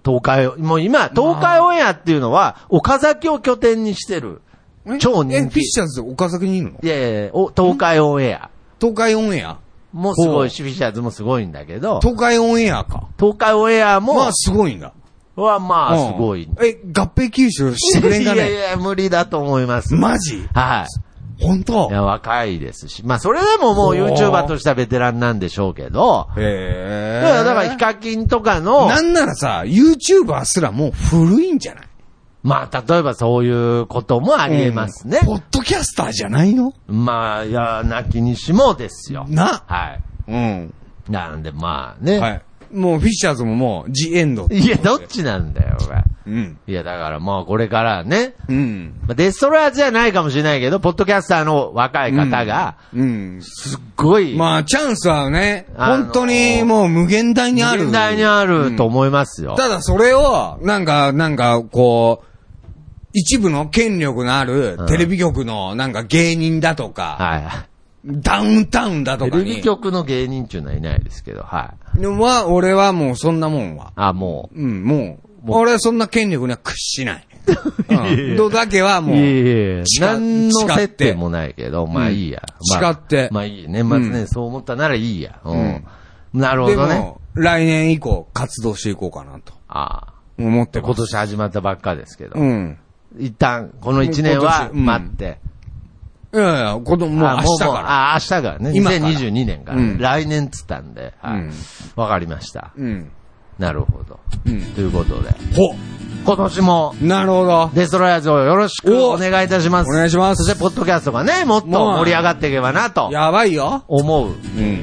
[SPEAKER 2] 東海、もう今、東海オンエアっていうのは、岡崎を拠点にしてる。
[SPEAKER 5] え
[SPEAKER 2] 超人気
[SPEAKER 5] え、フィッシャーズ岡崎にいるの
[SPEAKER 2] いやいやいやお東海オンエア
[SPEAKER 5] 東海オンエア
[SPEAKER 2] もすごいし、フィッシャーズもすごいんだけど、
[SPEAKER 5] 東海オンエアか。
[SPEAKER 2] 東海オンエア
[SPEAKER 5] ま
[SPEAKER 2] も
[SPEAKER 5] あ、、すごいんだ。
[SPEAKER 2] はまあ、
[SPEAKER 5] うん
[SPEAKER 2] すごい。
[SPEAKER 5] え、合併吸収してくれんか
[SPEAKER 2] いやい
[SPEAKER 5] ね
[SPEAKER 2] や、無理だと思います。
[SPEAKER 5] マジ
[SPEAKER 2] は
[SPEAKER 5] 本当
[SPEAKER 2] い。いや、若いですし。まあ、それでももう YouTuber としてはベテランなんでしょうけど、
[SPEAKER 5] へえ
[SPEAKER 2] だか。ら、だからヒカキンとかの、
[SPEAKER 5] なんならさ、YouTuber すらもう古いんじゃない
[SPEAKER 2] まあ、例えばそういうこともありえますね
[SPEAKER 5] うん。ポッドキャスターじゃないの
[SPEAKER 2] まあ、いや、なきにしもですよ。
[SPEAKER 5] な
[SPEAKER 2] は
[SPEAKER 5] うん。
[SPEAKER 2] い。なんで、まあね。
[SPEAKER 5] はい。もうフィッシャーズももう、ジエンド。
[SPEAKER 2] いや、どっちなんだよ、これ。
[SPEAKER 5] うん。
[SPEAKER 2] いや、だからもうこれからね、
[SPEAKER 5] うん。
[SPEAKER 2] まあデストロイヤーズじゃないかもしれないけど、ポッドキャスターの若い方が、
[SPEAKER 5] うん。
[SPEAKER 2] すっごい、
[SPEAKER 5] まあ、チャンスはね、
[SPEAKER 2] あのー
[SPEAKER 5] 本当にもう無限大にある。
[SPEAKER 2] 現代にあると思いますよ。
[SPEAKER 5] ただそれを、なんか、なんか、こう、一部の権力のある
[SPEAKER 2] うん
[SPEAKER 5] テレビ局のなんか芸人だとか、
[SPEAKER 2] は
[SPEAKER 5] ダウンタウンだ
[SPEAKER 2] い。
[SPEAKER 5] と
[SPEAKER 2] テ
[SPEAKER 5] か
[SPEAKER 2] レビ
[SPEAKER 5] に、
[SPEAKER 2] 局の芸人っていうのはいないですけど、はい。
[SPEAKER 5] は、俺はもうそんなもんは。
[SPEAKER 2] あ、もう。
[SPEAKER 5] うん、もう、
[SPEAKER 2] もう
[SPEAKER 5] 俺はそんな権力には屈し ない。うん、どだけはもう、
[SPEAKER 2] いえいえいえ
[SPEAKER 5] 誓
[SPEAKER 2] 何の
[SPEAKER 5] 誓
[SPEAKER 2] 接
[SPEAKER 5] って
[SPEAKER 2] 点もないけど、まあいいや。
[SPEAKER 5] うん
[SPEAKER 2] まあ
[SPEAKER 5] 誓って
[SPEAKER 2] まあいい。年末年始そう思ったならいいや。うん。なるほ
[SPEAKER 5] で
[SPEAKER 2] どね。
[SPEAKER 5] も、来年以降活動していこうかなと
[SPEAKER 2] ああ。
[SPEAKER 5] 思ってま
[SPEAKER 2] 今
[SPEAKER 5] す。
[SPEAKER 2] 年始まったばっかですけど。
[SPEAKER 5] うん。
[SPEAKER 2] 一旦、この一年は
[SPEAKER 5] 今年うん
[SPEAKER 2] 待って。
[SPEAKER 5] いやいや、子供もう
[SPEAKER 2] あ
[SPEAKER 5] 明日
[SPEAKER 2] もうもう
[SPEAKER 5] か
[SPEAKER 2] あ、明日からね。
[SPEAKER 5] 今から
[SPEAKER 2] 2022年から。
[SPEAKER 5] うん
[SPEAKER 2] 来年っつったんで。は
[SPEAKER 5] う
[SPEAKER 2] い
[SPEAKER 5] ん。
[SPEAKER 2] わかりました。
[SPEAKER 5] ら。うん。
[SPEAKER 2] なるほど。
[SPEAKER 5] うん
[SPEAKER 2] ということで。
[SPEAKER 5] ほ
[SPEAKER 2] 今年も、
[SPEAKER 5] なるほど。
[SPEAKER 2] デストロイヤーズをよろしくお願いいたします。
[SPEAKER 5] お願いします
[SPEAKER 2] そして、ポッドキャストがね、もっと盛り上がっていけばなと
[SPEAKER 5] やばいよ。
[SPEAKER 2] 思う、
[SPEAKER 5] ん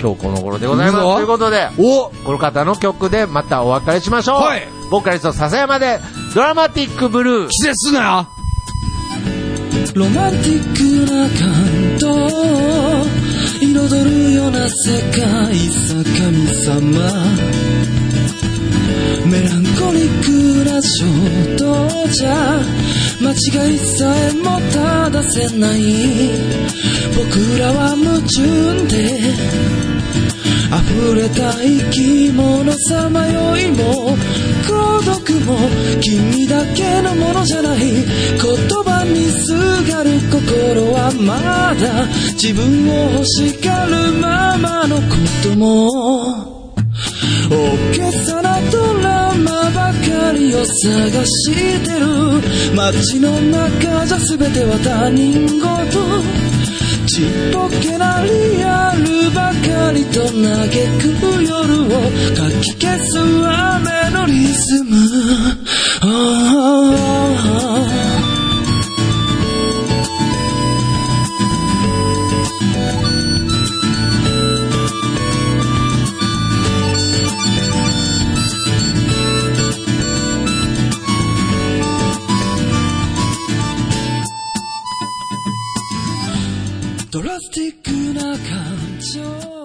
[SPEAKER 2] 今日この頃でございます。
[SPEAKER 5] いいぞ
[SPEAKER 2] ということで、
[SPEAKER 5] お
[SPEAKER 2] この方の曲でまたお別れしましょう。
[SPEAKER 5] はい
[SPEAKER 2] ボーカリスト笹山で、ドラマティックブルー。
[SPEAKER 5] 季節すなよ
[SPEAKER 1] ロマンティックな感動を彩るような世界さ神様メランコリックな衝動じゃ間違いさえも正せない僕らは矛盾で
[SPEAKER 5] 溢れた生き物さまよいも孤独も君だけのものじゃない言葉にすがる心はまだ自分を欲しがるままのことも大げさなドラマばかりを探してる街の中じゃ全ては他人事ちっぽけなリアルばかりと嘆く夜をかき消す雨のリズムああドラスティックな感情